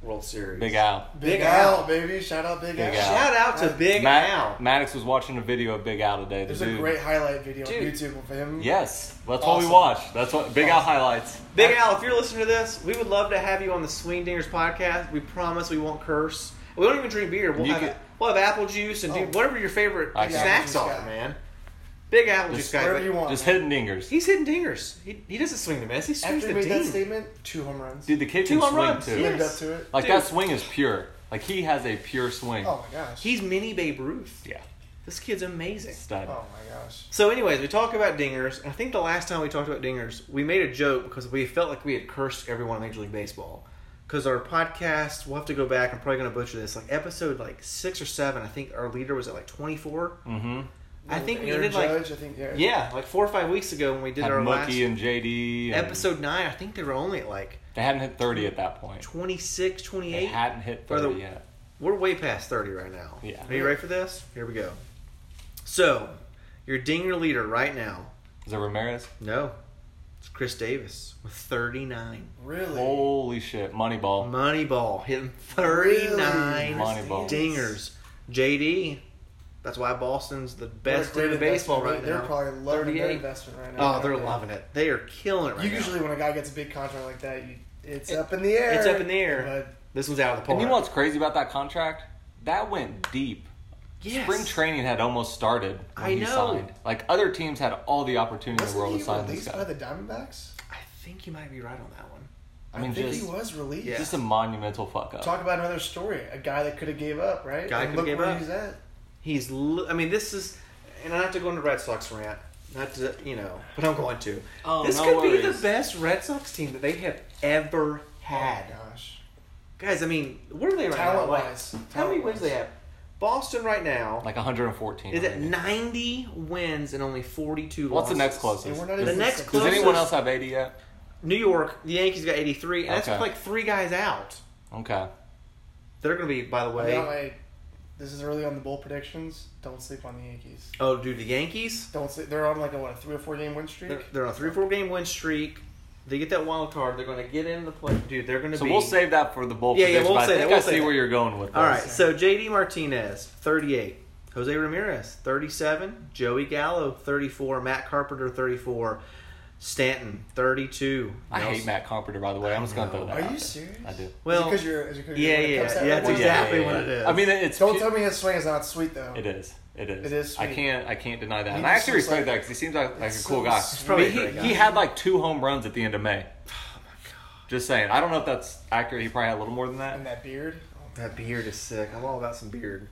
[SPEAKER 2] World Series.
[SPEAKER 1] Big Al.
[SPEAKER 3] Big,
[SPEAKER 2] Big
[SPEAKER 3] Al,
[SPEAKER 2] Al.
[SPEAKER 3] baby. Shout out Big,
[SPEAKER 1] Big
[SPEAKER 3] Al.
[SPEAKER 1] Al.
[SPEAKER 2] Shout out to Big
[SPEAKER 1] Matt-
[SPEAKER 2] Al.
[SPEAKER 1] Maddox was watching a video of Big Al today. The
[SPEAKER 3] There's
[SPEAKER 1] dude.
[SPEAKER 3] a great highlight video on
[SPEAKER 2] Dude.
[SPEAKER 3] YouTube of him.
[SPEAKER 1] Yes, that's what we
[SPEAKER 3] Awesome.
[SPEAKER 1] watched. That's what Big Al
[SPEAKER 3] Awesome.
[SPEAKER 1] highlights.
[SPEAKER 2] Big Al, if you're listening to this, we would love to have you on the Swing Dingers podcast. We promise we won't curse. We don't even drink beer. We'll,
[SPEAKER 1] You
[SPEAKER 2] have,
[SPEAKER 1] could-
[SPEAKER 2] we'll have apple juice and
[SPEAKER 3] Oh.
[SPEAKER 2] do whatever your favorite
[SPEAKER 1] I see.
[SPEAKER 2] snacks
[SPEAKER 3] Apple
[SPEAKER 2] are,
[SPEAKER 3] juice guy.
[SPEAKER 2] man. Big apple
[SPEAKER 1] Just
[SPEAKER 2] juice guy.
[SPEAKER 3] Wherever
[SPEAKER 2] but
[SPEAKER 3] you want.
[SPEAKER 1] Just hitting dingers.
[SPEAKER 2] He's hitting dingers. He, he doesn't swing the miss. He swings
[SPEAKER 3] After he
[SPEAKER 2] the
[SPEAKER 3] made
[SPEAKER 2] ding.
[SPEAKER 3] that statement, two home runs.
[SPEAKER 1] Dude, the kid can
[SPEAKER 2] Two home
[SPEAKER 1] swing
[SPEAKER 2] runs,
[SPEAKER 1] too.
[SPEAKER 3] he lived
[SPEAKER 2] yes.
[SPEAKER 3] up to it.
[SPEAKER 1] Like
[SPEAKER 2] Dude.
[SPEAKER 1] that swing is pure. Like he has a pure swing.
[SPEAKER 3] Oh my gosh.
[SPEAKER 2] He's mini Babe Ruth.
[SPEAKER 1] Yeah,
[SPEAKER 2] This kid's amazing.
[SPEAKER 1] stud.
[SPEAKER 3] oh my gosh.
[SPEAKER 2] So, anyways, we talk about dingers. and I think the last time we talked about dingers, we made a joke because we felt like we had cursed everyone in Major League Baseball. Because our podcast, we'll have to go back. I'm probably going to butcher this. Like episode like six or seven, I think our leader was at like 24.
[SPEAKER 1] Mm-hmm.
[SPEAKER 2] I think we
[SPEAKER 3] Aaron
[SPEAKER 2] did like
[SPEAKER 3] Judge, I think, yeah.
[SPEAKER 2] yeah, like four or five weeks ago when we did
[SPEAKER 1] Had
[SPEAKER 2] our last
[SPEAKER 1] Mookie and JD. And
[SPEAKER 2] episode nine. I think they were only at like
[SPEAKER 1] They hadn't hit 30 at that point.
[SPEAKER 2] 26,
[SPEAKER 1] They
[SPEAKER 2] 28.
[SPEAKER 1] hadn't hit
[SPEAKER 2] Or the-
[SPEAKER 1] 30 yet.
[SPEAKER 2] We're way past 30 right now.
[SPEAKER 1] Yeah.
[SPEAKER 2] Are you ready for this? Here we go. So, your dinger leader right now.
[SPEAKER 1] Is it Ramirez?
[SPEAKER 2] No. It's Chris Davis with 39.
[SPEAKER 3] Really?
[SPEAKER 1] Holy shit. Moneyball.
[SPEAKER 2] Moneyball hitting
[SPEAKER 3] Really?
[SPEAKER 2] 39
[SPEAKER 1] Moneyball.
[SPEAKER 2] dingers. JD. That's why Boston's the best
[SPEAKER 3] What a
[SPEAKER 2] team
[SPEAKER 3] great
[SPEAKER 2] in baseball right
[SPEAKER 3] investment.
[SPEAKER 2] now.
[SPEAKER 3] They're probably loving their
[SPEAKER 2] 38.
[SPEAKER 3] investment right now.
[SPEAKER 2] Oh, they're loving it. They are killing it right
[SPEAKER 3] You
[SPEAKER 2] now.
[SPEAKER 3] usually when a guy gets a big contract like that, you, it's
[SPEAKER 2] It-
[SPEAKER 3] up in the air.
[SPEAKER 2] it's up in the air. This one's out of the
[SPEAKER 1] And
[SPEAKER 2] park.
[SPEAKER 1] you know what's crazy about that contract? That went deep.
[SPEAKER 2] Yes.
[SPEAKER 1] Spring training had almost started when
[SPEAKER 2] I
[SPEAKER 1] he
[SPEAKER 2] know.
[SPEAKER 1] signed. Like other teams had all the opportunity
[SPEAKER 3] But
[SPEAKER 1] in the world to
[SPEAKER 3] wasn't he
[SPEAKER 1] sign this
[SPEAKER 3] released by
[SPEAKER 1] guy.
[SPEAKER 3] the Diamondbacks?
[SPEAKER 2] I think you might be right on that one.
[SPEAKER 1] I
[SPEAKER 3] I,
[SPEAKER 1] mean,
[SPEAKER 3] think
[SPEAKER 1] just-
[SPEAKER 3] he was released.
[SPEAKER 2] Yeah.
[SPEAKER 1] Just a monumental fuck up.
[SPEAKER 3] Talk about another story. A guy that could have gave up, right?
[SPEAKER 2] Guy
[SPEAKER 3] And
[SPEAKER 2] coulda
[SPEAKER 3] look
[SPEAKER 2] gave
[SPEAKER 3] where
[SPEAKER 2] up.
[SPEAKER 3] he's at.
[SPEAKER 2] He's. Li- I mean, this is, and I don't have to go into Red Sox rant. Not to, you know, but I'm going to.
[SPEAKER 1] Oh,
[SPEAKER 2] this
[SPEAKER 1] no
[SPEAKER 2] could be
[SPEAKER 1] worries.
[SPEAKER 2] the best Red Sox team that they have ever had.
[SPEAKER 3] Oh, gosh.
[SPEAKER 2] Guys, I mean, where are they right now? Like,
[SPEAKER 3] Talent-wise.
[SPEAKER 2] how many
[SPEAKER 3] Talent-wise.
[SPEAKER 2] wins do they have? Boston right now
[SPEAKER 1] Like 114.
[SPEAKER 2] is at
[SPEAKER 1] already.
[SPEAKER 2] 90 wins and only 42
[SPEAKER 1] What's the
[SPEAKER 2] losses.
[SPEAKER 1] next closest?
[SPEAKER 3] And we're not
[SPEAKER 1] Does-
[SPEAKER 2] The
[SPEAKER 3] even
[SPEAKER 2] next
[SPEAKER 3] six.
[SPEAKER 1] Does
[SPEAKER 2] closest-
[SPEAKER 1] anyone else have 80 yet?
[SPEAKER 2] New York, the Yankees got 83, and that's
[SPEAKER 1] Okay.
[SPEAKER 2] with, like three guys out.
[SPEAKER 1] Okay.
[SPEAKER 2] They're going to be, by the
[SPEAKER 3] By
[SPEAKER 2] way.
[SPEAKER 3] the way, this is early on the bowl predictions. Don't sleep on the Yankees.
[SPEAKER 2] Oh, dude, the Yankees?
[SPEAKER 3] Don't sleep. They're on like a what, a three or four game win streak.
[SPEAKER 2] They're, they're on a three or four game win streak. They get that wild card. They're going to get in the play. Dude, they're going to
[SPEAKER 1] So
[SPEAKER 2] be.
[SPEAKER 1] we'll save that for the bowl.
[SPEAKER 2] Yeah, yeah,
[SPEAKER 1] prediction,
[SPEAKER 2] we'll
[SPEAKER 1] but I
[SPEAKER 2] save
[SPEAKER 1] think
[SPEAKER 2] that, we'll
[SPEAKER 1] I see
[SPEAKER 2] save
[SPEAKER 1] where
[SPEAKER 2] that.
[SPEAKER 1] you're going with this.
[SPEAKER 2] All right, so JD Martinez, 38. Jose Ramirez, 37. Joey Gallo, 34. Matt Carpenter, 34. Stanton, 32.
[SPEAKER 1] I hate
[SPEAKER 2] Nelson-
[SPEAKER 1] Matt Carpenter, by the way. I'm just going to throw that
[SPEAKER 3] Are
[SPEAKER 1] out there.
[SPEAKER 3] you serious?
[SPEAKER 1] I do.
[SPEAKER 2] Well,
[SPEAKER 3] because you're, is it 'cause
[SPEAKER 2] yeah,
[SPEAKER 3] you're
[SPEAKER 2] yeah,
[SPEAKER 3] upset
[SPEAKER 2] yeah,
[SPEAKER 3] right
[SPEAKER 2] that's
[SPEAKER 3] now?
[SPEAKER 1] Well,
[SPEAKER 2] exactly what it is.
[SPEAKER 1] I mean, it's
[SPEAKER 3] Don't
[SPEAKER 1] pu-
[SPEAKER 3] tell me his swing is not sweet though.
[SPEAKER 1] It is. It is.
[SPEAKER 3] It is
[SPEAKER 1] I
[SPEAKER 3] sweet.
[SPEAKER 1] can't. I can't deny that.
[SPEAKER 3] He
[SPEAKER 1] And I actually
[SPEAKER 3] just
[SPEAKER 1] respect
[SPEAKER 3] looks like-
[SPEAKER 1] that because he seems like, like a
[SPEAKER 3] it's
[SPEAKER 1] cool
[SPEAKER 3] so
[SPEAKER 1] guy.
[SPEAKER 3] sweet.
[SPEAKER 2] probably
[SPEAKER 1] But
[SPEAKER 2] a
[SPEAKER 1] he,
[SPEAKER 2] great guy.
[SPEAKER 1] he had like two home runs at the end of May.
[SPEAKER 3] Oh,
[SPEAKER 1] Just saying. I don't know if that's accurate. He probably had a little more than that.
[SPEAKER 3] And that beard. Oh,
[SPEAKER 2] That beard is sick. I'm all about some beard.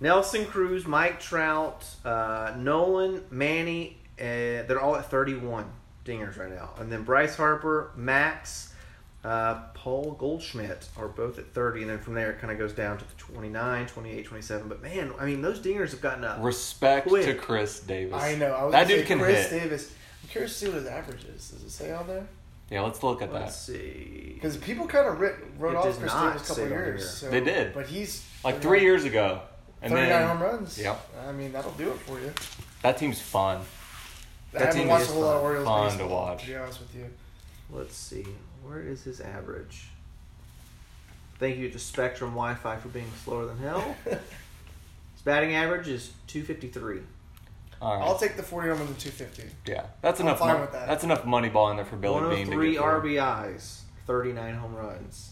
[SPEAKER 2] Nelson Cruz, Mike Trout, uh, Nolan, Manny, uh, they're all at 31 dingers right now. And then Bryce Harper, Max, uh, Paul Goldschmidt are both at 30. And then from there, it kind of goes down to the 29, 28, 27. But man, I mean, those dingers have gotten up.
[SPEAKER 1] Respect
[SPEAKER 2] Quick.
[SPEAKER 1] to Chris Davis.
[SPEAKER 3] I know. I was
[SPEAKER 1] that
[SPEAKER 3] gonna
[SPEAKER 1] dude
[SPEAKER 3] say
[SPEAKER 1] can
[SPEAKER 3] Chris
[SPEAKER 1] hit.
[SPEAKER 3] Davis. I'm curious to see what his average is. Does it say on there?
[SPEAKER 1] Yeah, let's look at
[SPEAKER 2] Let's
[SPEAKER 1] that.
[SPEAKER 2] see.
[SPEAKER 3] Because people kind of writ, wrote
[SPEAKER 2] It
[SPEAKER 3] off
[SPEAKER 2] does
[SPEAKER 3] Chris
[SPEAKER 2] not
[SPEAKER 3] Davis a
[SPEAKER 2] say
[SPEAKER 3] couple
[SPEAKER 2] it on
[SPEAKER 3] years.
[SPEAKER 2] here.
[SPEAKER 3] So,
[SPEAKER 1] They did.
[SPEAKER 3] But he's
[SPEAKER 1] Like three years ago, and
[SPEAKER 3] 39
[SPEAKER 1] then
[SPEAKER 3] home runs.
[SPEAKER 1] Yep.
[SPEAKER 3] I mean, that'll do it for you.
[SPEAKER 1] that team's fun. That
[SPEAKER 3] I haven't
[SPEAKER 1] team
[SPEAKER 3] watched
[SPEAKER 1] is
[SPEAKER 3] a whole lot of
[SPEAKER 1] fun-
[SPEAKER 3] Orioles
[SPEAKER 1] fun to
[SPEAKER 3] baseball,
[SPEAKER 1] watch.
[SPEAKER 3] To be honest with you,
[SPEAKER 2] Let's see. Where is his average? Thank you to Spectrum Wi Fi for being slower than hell. his batting average is 253.
[SPEAKER 1] All right.
[SPEAKER 3] I'll take the 40 home runs and 250.
[SPEAKER 1] yeah, that's
[SPEAKER 3] I'm
[SPEAKER 1] enough.
[SPEAKER 3] fine
[SPEAKER 1] mon-
[SPEAKER 3] with that.
[SPEAKER 1] That's enough money ball in there for Billy Bean to get
[SPEAKER 2] 103
[SPEAKER 1] through.
[SPEAKER 2] RBIs, 39 home runs.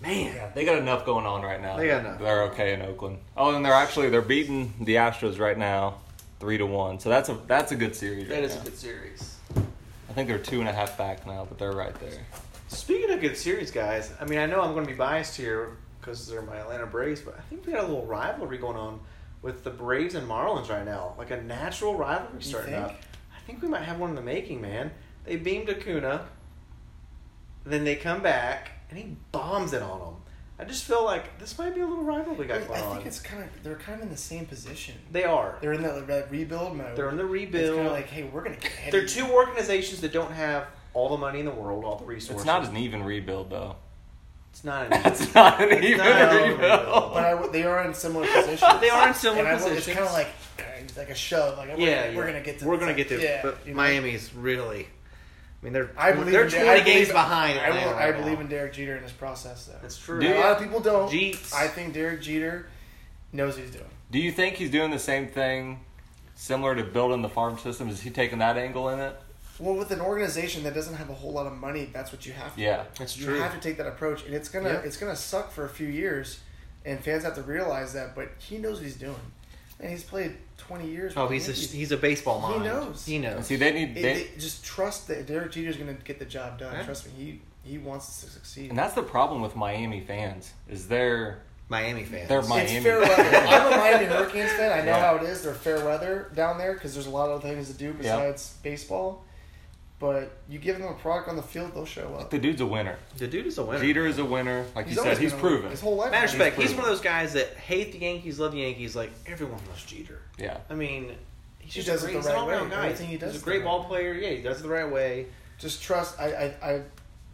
[SPEAKER 2] Man.
[SPEAKER 1] Yeah, they got enough going on right now.
[SPEAKER 2] They got enough.
[SPEAKER 1] They're okay in Oakland. Oh, and they're actually they're beating the Astros right now, three to one. So that's a that's a good series.
[SPEAKER 2] That
[SPEAKER 1] right
[SPEAKER 2] is
[SPEAKER 1] now.
[SPEAKER 2] a good series.
[SPEAKER 1] I think they're two and a half back now, but they're right there.
[SPEAKER 2] Speaking of good series, guys, I mean, I know I'm going to be biased here because they're my Atlanta Braves, but I think we got a little rivalry going on with the Braves and Marlins right now. Like a natural rivalry
[SPEAKER 3] You
[SPEAKER 2] starting
[SPEAKER 3] think?
[SPEAKER 2] up. I think we might have one in the making, man. They beamed Acuna, then they come back, and he bombs it on them. I just feel like this might be a little rivalry we got
[SPEAKER 3] I
[SPEAKER 2] going on.
[SPEAKER 3] think it's kind of they're kind of in the same position.
[SPEAKER 2] they are.
[SPEAKER 3] They're in that, that rebuild mode.
[SPEAKER 2] They're in the
[SPEAKER 3] It's kind
[SPEAKER 2] rebuild.
[SPEAKER 3] of like, hey, we're gonna get heavy.
[SPEAKER 2] They're two organizations that don't have all the money in the world, all the resources.
[SPEAKER 1] It's not an even rebuild, though.
[SPEAKER 2] It's not. An
[SPEAKER 1] It's not an even
[SPEAKER 2] not an
[SPEAKER 1] rebuild.
[SPEAKER 2] rebuild.
[SPEAKER 3] but I w they are in similar positions.
[SPEAKER 2] They are in similar
[SPEAKER 3] And I w-
[SPEAKER 2] positions.
[SPEAKER 3] It's kind of like eh, it's like a shove. Like we're,
[SPEAKER 2] yeah,
[SPEAKER 3] gonna,
[SPEAKER 2] yeah.
[SPEAKER 3] we're gonna get to.
[SPEAKER 2] We're
[SPEAKER 3] this.
[SPEAKER 2] gonna get to.
[SPEAKER 3] Yeah,
[SPEAKER 2] but
[SPEAKER 3] you know?
[SPEAKER 2] Miami's really. I mean, they're
[SPEAKER 3] I believe
[SPEAKER 2] they're
[SPEAKER 3] in
[SPEAKER 2] twenty
[SPEAKER 3] Derek- I
[SPEAKER 2] games
[SPEAKER 3] believe-
[SPEAKER 2] behind.
[SPEAKER 3] I,
[SPEAKER 2] Atlanta
[SPEAKER 3] will,
[SPEAKER 2] right
[SPEAKER 3] I believe
[SPEAKER 2] now.
[SPEAKER 3] in Derek Jeter in this process, though.
[SPEAKER 2] That's true.
[SPEAKER 1] Do
[SPEAKER 3] a
[SPEAKER 1] you-
[SPEAKER 3] lot of people don't.
[SPEAKER 2] Jeets.
[SPEAKER 3] I think Derek Jeter knows what he's doing.
[SPEAKER 1] Do you think he's doing the same thing, similar to building the farm system? Is he taking that angle in it?
[SPEAKER 3] Well, with an organization that doesn't have a whole lot of money, that's what you have to.
[SPEAKER 1] Yeah.
[SPEAKER 2] That's
[SPEAKER 3] you
[SPEAKER 2] true.
[SPEAKER 3] have to take that approach, and it's gonna
[SPEAKER 2] Yeah.
[SPEAKER 3] it's gonna suck for a few years, and fans have to realize that. But he knows what he's doing, and he's played twenty years.
[SPEAKER 2] Oh,
[SPEAKER 3] with the
[SPEAKER 2] he's a,
[SPEAKER 3] Yankees.
[SPEAKER 2] he's a baseball
[SPEAKER 3] He
[SPEAKER 2] mind.
[SPEAKER 3] knows.
[SPEAKER 2] He knows.
[SPEAKER 1] See, they need they,
[SPEAKER 3] It- they- just trust that Derek Jeter's gonna get the job done.
[SPEAKER 2] Yeah.
[SPEAKER 3] Trust me, he he wants to succeed.
[SPEAKER 1] And that's the problem with Miami fans is they're
[SPEAKER 2] Miami fans.
[SPEAKER 1] They're my- Miami.
[SPEAKER 3] It's fair weather. I'm a Miami Hurricanes fan. I know
[SPEAKER 1] Yeah.
[SPEAKER 3] how it is. They're fair weather down there because there's a lot of other things to do besides baseball. But you give them a product on the field, they'll show up.
[SPEAKER 1] the dude's a winner.
[SPEAKER 2] the dude is a winner.
[SPEAKER 1] Jeter is a winner, like you
[SPEAKER 3] always
[SPEAKER 1] said. He's
[SPEAKER 3] been a winner.
[SPEAKER 1] proven.
[SPEAKER 3] His whole life.
[SPEAKER 2] Matter of
[SPEAKER 3] he's
[SPEAKER 2] fact, he's
[SPEAKER 3] proven.
[SPEAKER 2] one of those guys that hate the Yankees, love the Yankees. Like everyone loves Jeter.
[SPEAKER 1] yeah,
[SPEAKER 2] I mean, he's
[SPEAKER 3] He
[SPEAKER 2] just
[SPEAKER 3] does
[SPEAKER 2] a great,
[SPEAKER 3] it the
[SPEAKER 2] he's an
[SPEAKER 3] right
[SPEAKER 2] all-around
[SPEAKER 3] way.
[SPEAKER 2] guy.
[SPEAKER 3] Everything he does
[SPEAKER 2] he's
[SPEAKER 3] is
[SPEAKER 2] a
[SPEAKER 3] the
[SPEAKER 2] great
[SPEAKER 3] right
[SPEAKER 2] ball player. Yeah, he does it the right way.
[SPEAKER 3] Just trust. I, I, I,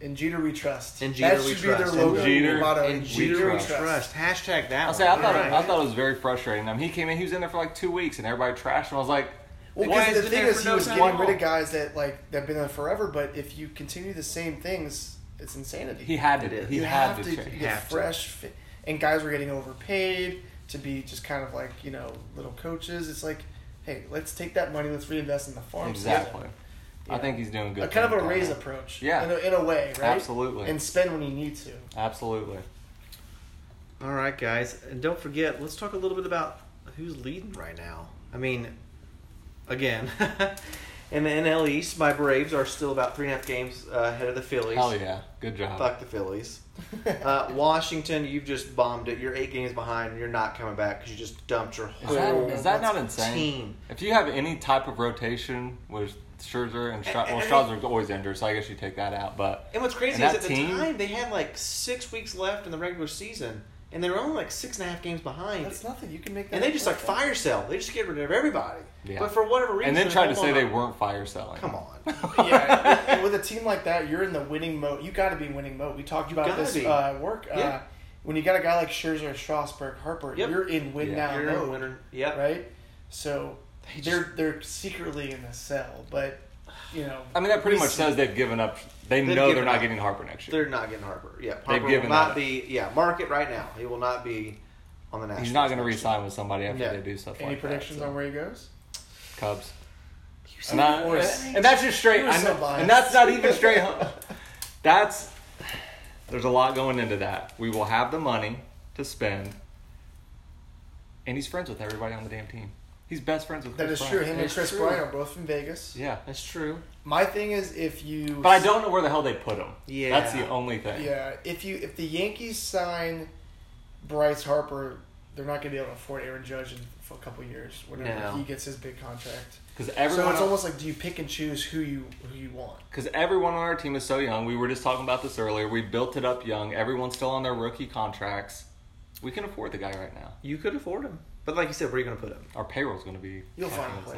[SPEAKER 3] in Jeter we trust.
[SPEAKER 2] And Jeter
[SPEAKER 3] that
[SPEAKER 2] we
[SPEAKER 3] should be
[SPEAKER 2] trust.
[SPEAKER 3] their logo
[SPEAKER 1] And Jeter-
[SPEAKER 3] motto.
[SPEAKER 2] And Jeter, we trust. Hashtag that.
[SPEAKER 1] I'll
[SPEAKER 2] one.
[SPEAKER 1] say I thought
[SPEAKER 2] Right.
[SPEAKER 1] I thought it was very frustrating. I mean, he came in, he was in there for like two weeks, and everybody trashed him. I was like,
[SPEAKER 3] Well,
[SPEAKER 1] why is
[SPEAKER 3] because the
[SPEAKER 1] it
[SPEAKER 3] thing
[SPEAKER 1] there
[SPEAKER 3] is,
[SPEAKER 1] for
[SPEAKER 3] he
[SPEAKER 1] no
[SPEAKER 3] was
[SPEAKER 1] time
[SPEAKER 3] getting
[SPEAKER 1] at
[SPEAKER 3] rid
[SPEAKER 1] all?
[SPEAKER 3] of guys that like that've been there forever. But if you continue the same things, it's insanity.
[SPEAKER 1] He had
[SPEAKER 2] It
[SPEAKER 1] to.
[SPEAKER 2] is.
[SPEAKER 1] He
[SPEAKER 3] you
[SPEAKER 1] had
[SPEAKER 3] have
[SPEAKER 1] to.
[SPEAKER 3] to
[SPEAKER 1] change.
[SPEAKER 3] get
[SPEAKER 2] Have to.
[SPEAKER 3] fresh, fit, and guys were getting overpaid to be just kind of like you know little coaches. It's like, hey, let's take that money, let's reinvest in the farm. system.
[SPEAKER 1] Exactly.
[SPEAKER 3] Yeah.
[SPEAKER 1] I think he's doing good.
[SPEAKER 3] A kind of
[SPEAKER 1] things
[SPEAKER 3] a
[SPEAKER 1] down
[SPEAKER 3] raise
[SPEAKER 1] there.
[SPEAKER 3] approach,
[SPEAKER 1] Yeah.
[SPEAKER 3] in a, in a way, right?
[SPEAKER 1] Absolutely.
[SPEAKER 3] And spend when you need to.
[SPEAKER 1] Absolutely.
[SPEAKER 2] All right, guys, and don't forget. Let's talk a little bit about who's leading right now. I mean, again, in the NL East, my Braves are still about three and a half games uh, ahead of the Phillies.
[SPEAKER 1] Hell yeah. Good job.
[SPEAKER 2] Fuck the Phillies. Uh, Washington, you've just bombed it. You're eight games behind. and You're not coming back because you just dumped your
[SPEAKER 1] Is
[SPEAKER 2] whole
[SPEAKER 1] that,
[SPEAKER 3] Oh,
[SPEAKER 1] is that not insane?
[SPEAKER 2] team.
[SPEAKER 1] If you have any type of rotation with Scherzer and Stra- well, Strasburg's always injured, so I guess you take that out. But
[SPEAKER 2] And what's
[SPEAKER 1] And
[SPEAKER 2] crazy is
[SPEAKER 1] that
[SPEAKER 2] at the
[SPEAKER 1] team-
[SPEAKER 2] time they had like six weeks left in the regular season, and they were only like six and a half games behind.
[SPEAKER 3] That's nothing. You can make that.
[SPEAKER 2] and they just like
[SPEAKER 3] work.
[SPEAKER 2] fire sale. They just get rid of everybody.
[SPEAKER 1] Yeah.
[SPEAKER 2] But for whatever reason,
[SPEAKER 1] and then try to
[SPEAKER 2] hold
[SPEAKER 1] say
[SPEAKER 2] on.
[SPEAKER 1] they weren't fire selling.
[SPEAKER 2] Come on.
[SPEAKER 3] yeah, with with a team like that, you're in the winning mode. You got to be winning mode. We talked about
[SPEAKER 2] gotta
[SPEAKER 3] this
[SPEAKER 2] be.
[SPEAKER 3] uh, work. Uh,
[SPEAKER 2] Yeah.
[SPEAKER 3] when you got a guy like Scherzer, Strasburg, Harper,
[SPEAKER 2] Yep.
[SPEAKER 3] you're in win
[SPEAKER 1] Yeah.
[SPEAKER 3] now
[SPEAKER 2] You're
[SPEAKER 3] mode,
[SPEAKER 2] a winner. Yep.
[SPEAKER 3] right? So
[SPEAKER 2] They
[SPEAKER 3] they're they're secretly in the cell, but you know.
[SPEAKER 1] I mean, that pretty
[SPEAKER 3] we
[SPEAKER 1] much
[SPEAKER 3] see-
[SPEAKER 1] says they've given up. They
[SPEAKER 2] They've
[SPEAKER 1] know they're
[SPEAKER 2] given
[SPEAKER 1] not
[SPEAKER 2] up.
[SPEAKER 1] getting Harper next year.
[SPEAKER 2] They're not getting Harper. Yeah, Harper
[SPEAKER 1] given
[SPEAKER 2] will not
[SPEAKER 1] that up.
[SPEAKER 2] be. Yeah, market right now. He will not be on the national.
[SPEAKER 1] He's not going to re-sign with somebody after
[SPEAKER 2] Yeah.
[SPEAKER 1] they do stuff
[SPEAKER 3] Any
[SPEAKER 1] like
[SPEAKER 3] predictions
[SPEAKER 1] that. so.
[SPEAKER 3] on where he goes?
[SPEAKER 1] Cubs?
[SPEAKER 3] said
[SPEAKER 1] And, I-
[SPEAKER 3] Warriors.
[SPEAKER 1] and that's just straight.
[SPEAKER 3] You were
[SPEAKER 1] I
[SPEAKER 3] so
[SPEAKER 1] know-
[SPEAKER 3] biased.
[SPEAKER 1] and that's not even straight. home. that's there's a lot going into that. We will have the money to spend, and he's friends with everybody on the damn team. He's best friends with.
[SPEAKER 3] That
[SPEAKER 1] Chris
[SPEAKER 3] is true.
[SPEAKER 1] Bryant.
[SPEAKER 3] Him and
[SPEAKER 2] It's
[SPEAKER 3] Chris
[SPEAKER 2] true.
[SPEAKER 3] Bryant are both from Vegas.
[SPEAKER 1] Yeah,
[SPEAKER 2] That's true.
[SPEAKER 3] My thing is if you.
[SPEAKER 1] but I don't know where the hell they put him.
[SPEAKER 2] Yeah.
[SPEAKER 1] that's the only thing.
[SPEAKER 3] Yeah, if you if the Yankees sign Bryce Harper, they're not going to be able to afford Aaron Judge in for a couple years whenever
[SPEAKER 2] No.
[SPEAKER 3] he gets his big contract.
[SPEAKER 1] because
[SPEAKER 3] so
[SPEAKER 1] everyone.
[SPEAKER 3] it's almost like do you pick and choose who you who you want?
[SPEAKER 1] because everyone on our team is so young. We were just talking about this earlier. We built it up young. Everyone's still on their rookie contracts. We can afford the guy right now.
[SPEAKER 2] You could afford him, but like you said, where are you going to put him?
[SPEAKER 1] Our payroll's going to be.
[SPEAKER 3] You'll find a
[SPEAKER 1] fucking
[SPEAKER 3] place.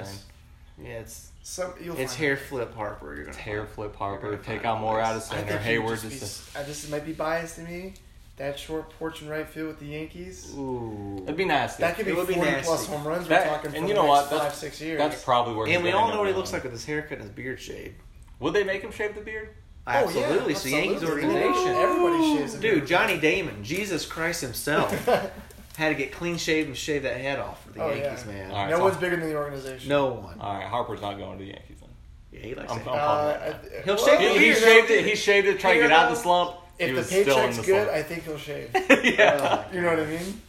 [SPEAKER 1] insane.
[SPEAKER 2] Yeah, it's
[SPEAKER 3] Some you'll
[SPEAKER 2] it's
[SPEAKER 3] find
[SPEAKER 2] hair flip Harper. You're going
[SPEAKER 1] It's
[SPEAKER 2] to
[SPEAKER 1] hair flip
[SPEAKER 2] We're
[SPEAKER 1] Harper.
[SPEAKER 2] gonna
[SPEAKER 1] Take
[SPEAKER 2] find
[SPEAKER 1] out more
[SPEAKER 2] a
[SPEAKER 1] out of
[SPEAKER 2] place.
[SPEAKER 3] I think
[SPEAKER 1] center.
[SPEAKER 3] he would
[SPEAKER 1] Hayward just.
[SPEAKER 3] just be
[SPEAKER 1] to-
[SPEAKER 3] s- uh, this might be biased to me. That short porch and right field with the Yankees.
[SPEAKER 2] Ooh.
[SPEAKER 1] That'd be nasty.
[SPEAKER 3] That could be
[SPEAKER 2] It would be
[SPEAKER 3] forty plus
[SPEAKER 2] nasty.
[SPEAKER 3] home runs
[SPEAKER 1] That-
[SPEAKER 3] we're talking for
[SPEAKER 1] and you
[SPEAKER 3] the
[SPEAKER 1] know
[SPEAKER 3] next
[SPEAKER 1] what?
[SPEAKER 3] five,
[SPEAKER 1] That's-
[SPEAKER 3] six years.
[SPEAKER 1] That's probably where.
[SPEAKER 2] And
[SPEAKER 1] he's
[SPEAKER 2] we
[SPEAKER 1] gonna
[SPEAKER 2] all
[SPEAKER 1] end
[SPEAKER 2] know
[SPEAKER 1] up
[SPEAKER 2] what he
[SPEAKER 1] going.
[SPEAKER 2] looks like with his haircut and his beard shave.
[SPEAKER 1] Will they make him shave the beard?
[SPEAKER 3] Oh, yeah,
[SPEAKER 2] Absolutely. So Yankees
[SPEAKER 3] absolutely.
[SPEAKER 2] organization.
[SPEAKER 3] Everybody shaves a
[SPEAKER 2] Dude,
[SPEAKER 3] beard.
[SPEAKER 2] Johnny Damon, Jesus Christ himself, had to get clean shaved and shave that head off for the
[SPEAKER 3] Oh,
[SPEAKER 2] Yankees,
[SPEAKER 3] yeah.
[SPEAKER 2] man.
[SPEAKER 1] All right,
[SPEAKER 3] no
[SPEAKER 1] so-
[SPEAKER 3] one's bigger than the organization.
[SPEAKER 2] No one.
[SPEAKER 1] All right, Harper's not going to the Yankees. Then.
[SPEAKER 2] Yeah, he likes
[SPEAKER 1] I'm-
[SPEAKER 2] that.
[SPEAKER 1] I'm-
[SPEAKER 3] Uh, I-
[SPEAKER 2] He'll
[SPEAKER 3] well,
[SPEAKER 2] shave
[SPEAKER 1] He,
[SPEAKER 2] the
[SPEAKER 1] he
[SPEAKER 2] beard.
[SPEAKER 1] shaved it. He shaved it trying to get out of the slump. he
[SPEAKER 3] If the
[SPEAKER 1] was still in
[SPEAKER 3] paycheck's
[SPEAKER 1] the
[SPEAKER 3] good,
[SPEAKER 1] slump.
[SPEAKER 3] I uh, think he'll shave.
[SPEAKER 1] yeah.
[SPEAKER 2] Oh.
[SPEAKER 3] You know what I mean?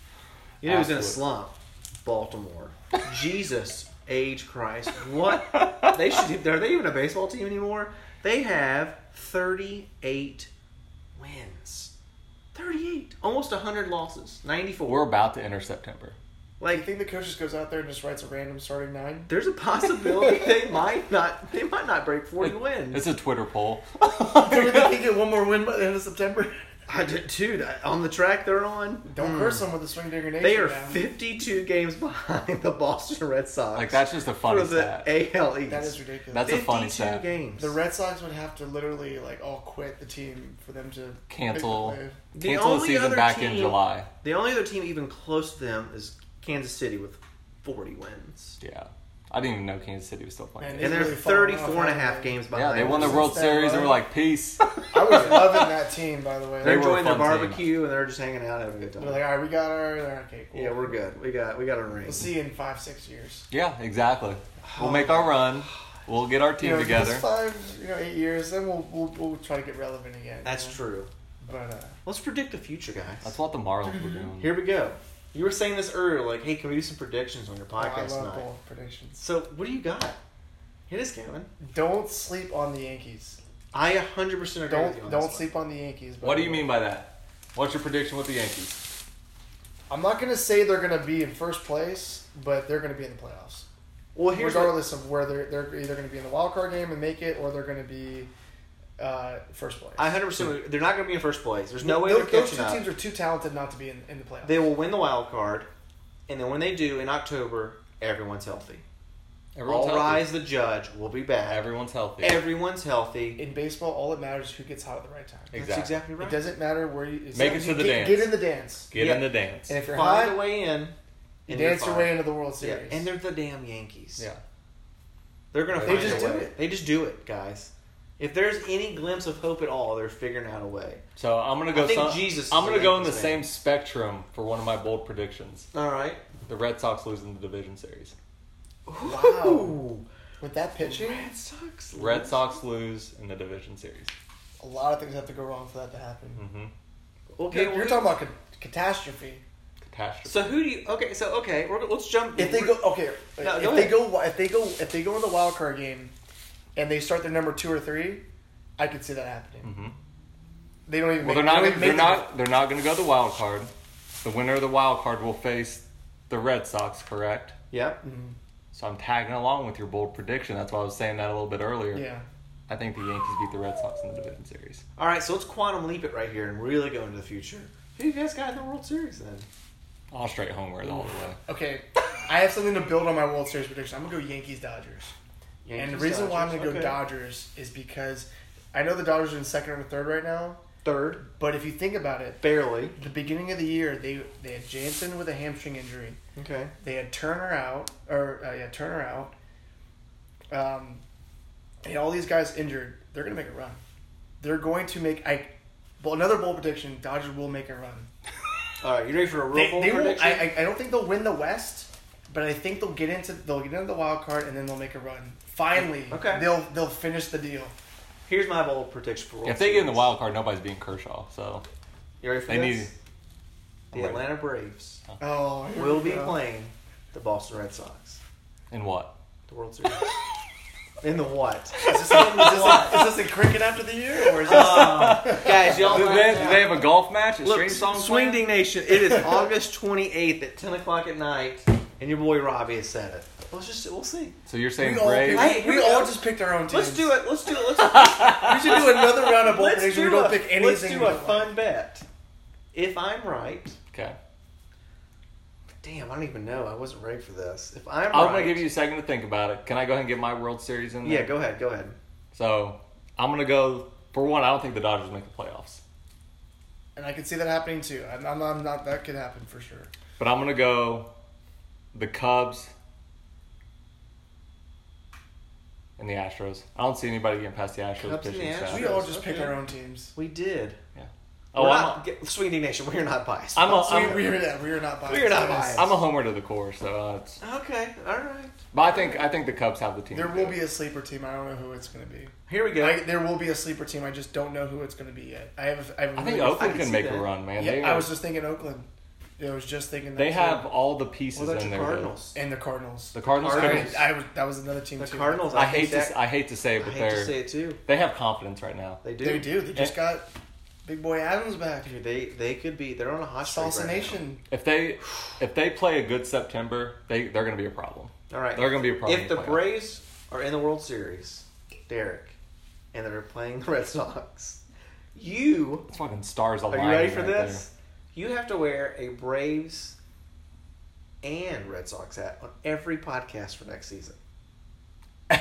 [SPEAKER 2] You know who's in a
[SPEAKER 1] Absolutely.
[SPEAKER 2] slump? Baltimore. Jesus, age Christ. What? They should. e-, Are they even a baseball team anymore? They have 38 wins. 38. Almost 100 losses. 94.
[SPEAKER 1] We're about to enter September.
[SPEAKER 3] I
[SPEAKER 2] Like
[SPEAKER 3] think the coach just goes out there and just writes a random starting nine.
[SPEAKER 2] there's a possibility they might not they might not break 40 wins.
[SPEAKER 1] It's a Twitter poll.
[SPEAKER 3] Do they think get one more win by the end of September?
[SPEAKER 2] I did, dude, I- on the track they're on,
[SPEAKER 3] Don't curse them with the swing digger nation.
[SPEAKER 2] Hmm. they are
[SPEAKER 3] now.
[SPEAKER 2] 52 games behind the Boston Red Sox.
[SPEAKER 1] Like that's just a funny
[SPEAKER 2] for the
[SPEAKER 1] stat.
[SPEAKER 2] AL East.
[SPEAKER 3] That is ridiculous.
[SPEAKER 1] That's a funny
[SPEAKER 2] 52
[SPEAKER 1] stat.
[SPEAKER 2] games.
[SPEAKER 3] the Red Sox would have to literally like all quit the team for them to
[SPEAKER 1] Cancel.
[SPEAKER 3] make the play.
[SPEAKER 2] The
[SPEAKER 1] Cancel the
[SPEAKER 2] only
[SPEAKER 1] season
[SPEAKER 2] other
[SPEAKER 1] back in
[SPEAKER 2] team-
[SPEAKER 1] July.
[SPEAKER 2] The only other team even close to them is Kansas City with 40 wins.
[SPEAKER 1] Yeah. I didn't even know Kansas City was still playing.
[SPEAKER 3] Man,
[SPEAKER 2] And
[SPEAKER 3] They've
[SPEAKER 2] they're
[SPEAKER 3] really fallen
[SPEAKER 2] 34 and a
[SPEAKER 3] off,
[SPEAKER 2] half
[SPEAKER 3] haven't they?
[SPEAKER 2] games behind.
[SPEAKER 1] yeah, they won the
[SPEAKER 2] us.
[SPEAKER 3] Since
[SPEAKER 1] World
[SPEAKER 3] that
[SPEAKER 1] Series and
[SPEAKER 3] run.
[SPEAKER 1] were like, peace.
[SPEAKER 3] I was loving that team, by the way.
[SPEAKER 1] They
[SPEAKER 2] They're
[SPEAKER 1] were a
[SPEAKER 2] enjoying their
[SPEAKER 1] fun team.
[SPEAKER 2] barbecue and they're just hanging out having a good
[SPEAKER 3] We're
[SPEAKER 2] time.
[SPEAKER 3] like, all right, we got our okay, cool.
[SPEAKER 2] Yeah, we're good. We got we got a ring.
[SPEAKER 3] We'll see you in five, six years.
[SPEAKER 1] yeah, exactly. We'll make our run. We'll get our team
[SPEAKER 3] you know,
[SPEAKER 1] together.
[SPEAKER 3] just five, you know, eight years, then we'll we'll, we'll try to get relevant again.
[SPEAKER 2] That's
[SPEAKER 3] you know?
[SPEAKER 2] true.
[SPEAKER 3] But uh,
[SPEAKER 2] Let's predict the future, guys.
[SPEAKER 1] That's what the Marlins were doing.
[SPEAKER 2] Here we go. You were saying this earlier, like, hey, can we do some predictions on your
[SPEAKER 3] oh, I
[SPEAKER 2] podcast
[SPEAKER 3] love
[SPEAKER 2] tonight?
[SPEAKER 3] bold predictions.
[SPEAKER 2] So, what do you got? Hit us, Kevin.
[SPEAKER 3] Don't sleep on the Yankees.
[SPEAKER 2] I 100% agree with you
[SPEAKER 3] Don't
[SPEAKER 2] on
[SPEAKER 3] don't
[SPEAKER 2] this one.
[SPEAKER 3] sleep on the Yankees. by
[SPEAKER 1] What do
[SPEAKER 3] the
[SPEAKER 1] you
[SPEAKER 3] way.
[SPEAKER 1] mean by that? What's your prediction with the Yankees?
[SPEAKER 3] I'm not gonna say they're gonna be in first place, but they're gonna be in the playoffs,
[SPEAKER 2] Well, here's what-
[SPEAKER 3] regardless of where they're they're either gonna be in the wild card game and make it, or they're gonna be uh, first place.
[SPEAKER 2] I hundred percent. They're not going to be in first place. There's no way
[SPEAKER 3] Those-
[SPEAKER 2] they're
[SPEAKER 3] those
[SPEAKER 2] catching
[SPEAKER 3] two
[SPEAKER 2] up.
[SPEAKER 3] teams are too talented not to be in, in the playoffs.
[SPEAKER 2] They will win the wild card, and then when they do in October, everyone's healthy.
[SPEAKER 1] Everyone's
[SPEAKER 2] All
[SPEAKER 1] healthy.
[SPEAKER 2] rise, the judge will be back.
[SPEAKER 1] Everyone's healthy.
[SPEAKER 2] Everyone's healthy.
[SPEAKER 3] in baseball, all that matters is who gets hot at the right time.
[SPEAKER 2] That's
[SPEAKER 1] Exactly.
[SPEAKER 2] exactly
[SPEAKER 3] It
[SPEAKER 2] right.
[SPEAKER 3] doesn't matter where you it's
[SPEAKER 1] Make
[SPEAKER 3] not-
[SPEAKER 1] it to the
[SPEAKER 3] get,
[SPEAKER 1] dance.
[SPEAKER 3] Get in the dance,
[SPEAKER 1] Get
[SPEAKER 2] Yeah.
[SPEAKER 1] in the dance.
[SPEAKER 3] and if you're
[SPEAKER 2] Find a
[SPEAKER 3] hot,
[SPEAKER 2] way in.
[SPEAKER 3] you
[SPEAKER 2] and
[SPEAKER 3] dance
[SPEAKER 2] you're
[SPEAKER 3] your
[SPEAKER 2] fine.
[SPEAKER 3] way into the World
[SPEAKER 2] Yeah,
[SPEAKER 3] Series.
[SPEAKER 2] and they're the damn Yankees.
[SPEAKER 1] yeah.
[SPEAKER 2] they're going to
[SPEAKER 1] They
[SPEAKER 2] find
[SPEAKER 1] just
[SPEAKER 2] a
[SPEAKER 3] do
[SPEAKER 2] way.
[SPEAKER 3] it.
[SPEAKER 2] They just do it, guys. If there's any glimpse of hope at all, they're figuring out a way.
[SPEAKER 1] So I'm gonna go.
[SPEAKER 2] I think
[SPEAKER 1] some-
[SPEAKER 2] Jesus is
[SPEAKER 1] I'm
[SPEAKER 2] a
[SPEAKER 1] gonna go in the
[SPEAKER 2] Yankees
[SPEAKER 1] same
[SPEAKER 2] fan.
[SPEAKER 1] spectrum for one of my bold predictions.
[SPEAKER 2] All right.
[SPEAKER 1] The Red Sox losing the division series.
[SPEAKER 2] Wow.
[SPEAKER 3] with that pitching,
[SPEAKER 2] Red Sox.
[SPEAKER 1] Red Sox lose in the division series.
[SPEAKER 3] a lot of things have to go wrong for that to happen.
[SPEAKER 1] hmm
[SPEAKER 2] Okay,
[SPEAKER 3] you're,
[SPEAKER 2] well,
[SPEAKER 3] you're talking about ca- catastrophe.
[SPEAKER 1] Catastrophe.
[SPEAKER 2] So who do you? Okay, so okay, we're, let's jump.
[SPEAKER 3] If they go okay,
[SPEAKER 2] No,
[SPEAKER 3] if
[SPEAKER 2] go
[SPEAKER 3] they
[SPEAKER 2] ahead.
[SPEAKER 3] go if they go if they go in the wild card game, and they start their number two or three, I could see that happening.
[SPEAKER 1] hmm
[SPEAKER 3] They don't even.
[SPEAKER 1] Well, they're
[SPEAKER 3] make,
[SPEAKER 1] not.
[SPEAKER 3] They
[SPEAKER 1] Gonna,
[SPEAKER 3] don't even
[SPEAKER 1] they're
[SPEAKER 3] make the-
[SPEAKER 1] not. They're not going to go the wild card. The winner of the wild card will face the Red Sox. Correct.
[SPEAKER 2] Yep.
[SPEAKER 3] Mm-hmm.
[SPEAKER 1] So I'm tagging along with your bold prediction. That's why I was saying that a little bit earlier.
[SPEAKER 3] Yeah.
[SPEAKER 1] I think the Yankees beat the Red Sox in the division series.
[SPEAKER 2] All right, so let's quantum leap it right here and really go into the future. Who you guys got in the World Series then?
[SPEAKER 1] All straight homeward all the way.
[SPEAKER 3] Okay, I have something to build on my World Series prediction. I'm gonna go Yankees Dodgers. and the reason why I'm gonna go Dodgers is because I know the Dodgers are in second or third right now,
[SPEAKER 2] third,
[SPEAKER 3] but if you think about it,
[SPEAKER 2] barely.
[SPEAKER 3] the beginning of the year they they had Jansen with a hamstring injury,
[SPEAKER 2] Okay.
[SPEAKER 3] they had Turner out or uh, yeah Turner out, um, and all these guys injured. They're gonna make a run. They're going to make I. Well, another bold prediction: Dodgers will make a run.
[SPEAKER 2] All right, you ready for a real
[SPEAKER 3] They,
[SPEAKER 2] bold
[SPEAKER 3] they will,
[SPEAKER 2] prediction?
[SPEAKER 3] I, I I don't think they'll win the West, but I think they'll get into they'll get into the wild card and then they'll make a run. Finally,
[SPEAKER 2] Okay.
[SPEAKER 3] they'll they'll finish the deal.
[SPEAKER 2] Here's my bold prediction for World
[SPEAKER 1] If they get in the
[SPEAKER 2] Series.
[SPEAKER 1] wild card, nobody's beating Kershaw. So
[SPEAKER 2] you ready for
[SPEAKER 1] They
[SPEAKER 2] this?
[SPEAKER 1] need-
[SPEAKER 2] the
[SPEAKER 1] I'm ready.
[SPEAKER 2] Atlanta Braves
[SPEAKER 3] Oh, here
[SPEAKER 2] will
[SPEAKER 3] we
[SPEAKER 2] be
[SPEAKER 3] go.
[SPEAKER 2] playing the Boston Red Sox.
[SPEAKER 1] in what?
[SPEAKER 2] The World Series. in the what?
[SPEAKER 3] Is this, is, this, is this in cricket after the year, or is this?
[SPEAKER 2] guys, y'all.
[SPEAKER 1] Do they, do they have a golf match? A
[SPEAKER 2] Look,
[SPEAKER 1] stream song
[SPEAKER 2] Swing
[SPEAKER 1] playing?
[SPEAKER 2] Ding Nation. It is August 28th at 10 o'clock at night, and your boy Robbie has said it. Let's just we'll see.
[SPEAKER 1] So you're saying
[SPEAKER 3] we all,
[SPEAKER 1] Braves?
[SPEAKER 2] Hey, here
[SPEAKER 3] we
[SPEAKER 2] we
[SPEAKER 3] all
[SPEAKER 2] go.
[SPEAKER 3] just picked our own teams.
[SPEAKER 2] Let's do it. Let's do it. Let's,
[SPEAKER 3] We should do another round of bowl
[SPEAKER 2] let's
[SPEAKER 3] predictions.
[SPEAKER 2] do
[SPEAKER 3] We don't
[SPEAKER 2] a,
[SPEAKER 3] pick anything.
[SPEAKER 2] Let's do
[SPEAKER 3] we
[SPEAKER 2] a
[SPEAKER 3] don't
[SPEAKER 2] fun bet. If I'm right,
[SPEAKER 1] Okay.
[SPEAKER 2] damn, I don't even know. I wasn't ready for this. If I'm
[SPEAKER 1] I'm
[SPEAKER 2] right,
[SPEAKER 1] gonna give you a second to think about it. Can I go ahead and get my World Series in there?
[SPEAKER 2] Yeah, go ahead. Go ahead.
[SPEAKER 1] So I'm gonna go for one. I don't think the Dodgers make the playoffs,
[SPEAKER 3] like. And I can see that happening too. I'm, I'm, I'm not. That could happen for sure.
[SPEAKER 1] but I'm gonna go the Cubs and the Astros. I don't see anybody getting past the Astros
[SPEAKER 2] Cubs and
[SPEAKER 1] pitching
[SPEAKER 2] the Astros.
[SPEAKER 1] staff.
[SPEAKER 3] We all just
[SPEAKER 2] Okay.
[SPEAKER 3] picked our own teams.
[SPEAKER 2] We did.
[SPEAKER 1] Oh,
[SPEAKER 2] we're
[SPEAKER 1] I'm
[SPEAKER 2] not,
[SPEAKER 1] a,
[SPEAKER 2] get, Swing Ding Nation. We're not biased.
[SPEAKER 1] I'm a-
[SPEAKER 2] But-
[SPEAKER 1] I'm-
[SPEAKER 3] we, we are that. We are not biased.
[SPEAKER 2] We are not
[SPEAKER 3] Yes.
[SPEAKER 2] biased.
[SPEAKER 1] I'm a homer to the core, so uh, it's,
[SPEAKER 2] okay. All right.
[SPEAKER 1] but I think I think the Cubs have the team.
[SPEAKER 3] There
[SPEAKER 1] to
[SPEAKER 3] will
[SPEAKER 1] do it.
[SPEAKER 3] be a sleeper team. I don't know who it's going to be.
[SPEAKER 2] Here we go.
[SPEAKER 3] I, there will be a sleeper team. I just don't know who it's going to be yet. I have. I, have a
[SPEAKER 1] I think
[SPEAKER 3] really-
[SPEAKER 1] Oakland
[SPEAKER 2] can
[SPEAKER 1] can
[SPEAKER 2] see
[SPEAKER 1] make a
[SPEAKER 2] that.
[SPEAKER 1] run, man. they
[SPEAKER 3] Yeah, I
[SPEAKER 1] are-
[SPEAKER 3] was just thinking Oakland. I was just thinking. That
[SPEAKER 1] they
[SPEAKER 3] too.
[SPEAKER 1] have all the
[SPEAKER 2] what
[SPEAKER 1] pieces
[SPEAKER 2] about
[SPEAKER 1] in
[SPEAKER 2] your
[SPEAKER 1] there.
[SPEAKER 2] Cardinals?
[SPEAKER 3] and the Cardinals.
[SPEAKER 1] The Cardinals.
[SPEAKER 2] All
[SPEAKER 3] I,
[SPEAKER 2] right.
[SPEAKER 1] couldn't-
[SPEAKER 3] I was, that was another team.
[SPEAKER 2] The
[SPEAKER 3] too.
[SPEAKER 2] Cardinals.
[SPEAKER 1] I hate
[SPEAKER 2] that,
[SPEAKER 1] to I hate to say
[SPEAKER 2] I
[SPEAKER 1] it, but
[SPEAKER 2] hate
[SPEAKER 1] they're
[SPEAKER 2] to say it too.
[SPEAKER 1] they have confidence right now.
[SPEAKER 2] They do.
[SPEAKER 3] They do. They just got Big boy Adams back.
[SPEAKER 2] Dude, they they could be. They're on a hot streak.
[SPEAKER 3] Salsa
[SPEAKER 2] right now.
[SPEAKER 3] Nation.
[SPEAKER 1] If they if they play a good September, they they're gonna be a problem.
[SPEAKER 2] All right.
[SPEAKER 1] They're gonna be a problem
[SPEAKER 2] If
[SPEAKER 1] in
[SPEAKER 2] the
[SPEAKER 1] the playoffs.
[SPEAKER 2] Braves are in the World Series, Derek, and they're playing the Red Sox, you
[SPEAKER 1] It's fucking stars
[SPEAKER 2] are
[SPEAKER 1] aligned.
[SPEAKER 2] you ready for this? You have to wear a Braves and Red Sox hat on every podcast for next season.
[SPEAKER 1] He's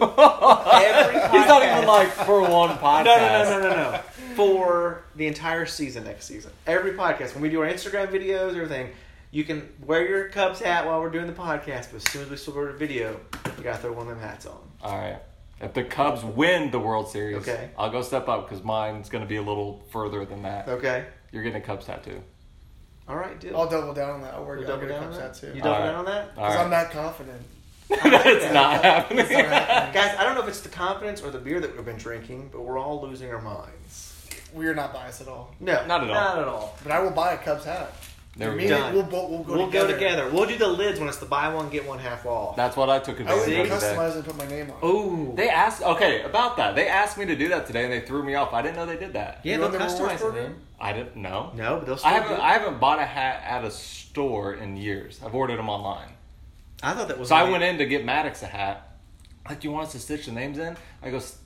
[SPEAKER 1] not even
[SPEAKER 2] podcast.
[SPEAKER 1] like for one podcast.
[SPEAKER 2] No, no, no, no, no, no. For the entire season next season. Every podcast. When we do our Instagram videos, everything, you can wear your Cubs hat while we're doing the podcast, but as soon as we switch over to video, you gotta throw one of them hats on.
[SPEAKER 1] All right. If the Cubs win the World Series,
[SPEAKER 2] Okay.
[SPEAKER 1] I'll go step up because mine's going to be a little further than that.
[SPEAKER 2] Okay?
[SPEAKER 1] You're getting a Cubs tattoo.
[SPEAKER 2] All right, deal.
[SPEAKER 3] I'll double down on that. I'll work
[SPEAKER 2] You
[SPEAKER 3] I'll
[SPEAKER 2] double
[SPEAKER 3] get a
[SPEAKER 2] down on
[SPEAKER 3] Cubs
[SPEAKER 2] that?
[SPEAKER 3] hat
[SPEAKER 2] You
[SPEAKER 3] too.
[SPEAKER 2] double
[SPEAKER 1] All right.
[SPEAKER 2] down on that?
[SPEAKER 1] All
[SPEAKER 3] Because I'm
[SPEAKER 1] right.
[SPEAKER 3] not confident.
[SPEAKER 1] it's not happening.
[SPEAKER 3] It's not happening.
[SPEAKER 2] Guys, I don't know if it's the confidence or the beer that we've been drinking, but we're all losing our minds.
[SPEAKER 3] We're not biased at all.
[SPEAKER 2] No,
[SPEAKER 1] Not at all.
[SPEAKER 2] Not at all.
[SPEAKER 3] But I will buy a Cubs hat.
[SPEAKER 1] There we
[SPEAKER 3] Me
[SPEAKER 1] go.
[SPEAKER 2] Done.
[SPEAKER 3] and we'll, bo- we'll go
[SPEAKER 2] we'll
[SPEAKER 3] together.
[SPEAKER 2] go together. We'll do the lids when it's the buy one get one half off.
[SPEAKER 1] That's what I took
[SPEAKER 3] I would
[SPEAKER 1] advantage of today.
[SPEAKER 3] customize and put my name on. it.
[SPEAKER 2] oh,
[SPEAKER 1] They asked, okay, about that. They asked me to do that today and they threw me off. I didn't know they did that.
[SPEAKER 2] yeah,
[SPEAKER 3] You
[SPEAKER 2] they'll
[SPEAKER 3] on the rewards
[SPEAKER 2] customize it.
[SPEAKER 3] program?
[SPEAKER 2] man.
[SPEAKER 1] I didn't know.
[SPEAKER 2] No, but they'll. Still
[SPEAKER 1] I haven't,
[SPEAKER 2] do it.
[SPEAKER 1] I haven't bought a hat at a store in years. I've ordered them online.
[SPEAKER 2] I thought that was.
[SPEAKER 1] So I
[SPEAKER 2] only-
[SPEAKER 1] went in to get Maddox a hat. Like, do you want us to stitch the names in? I go, "S-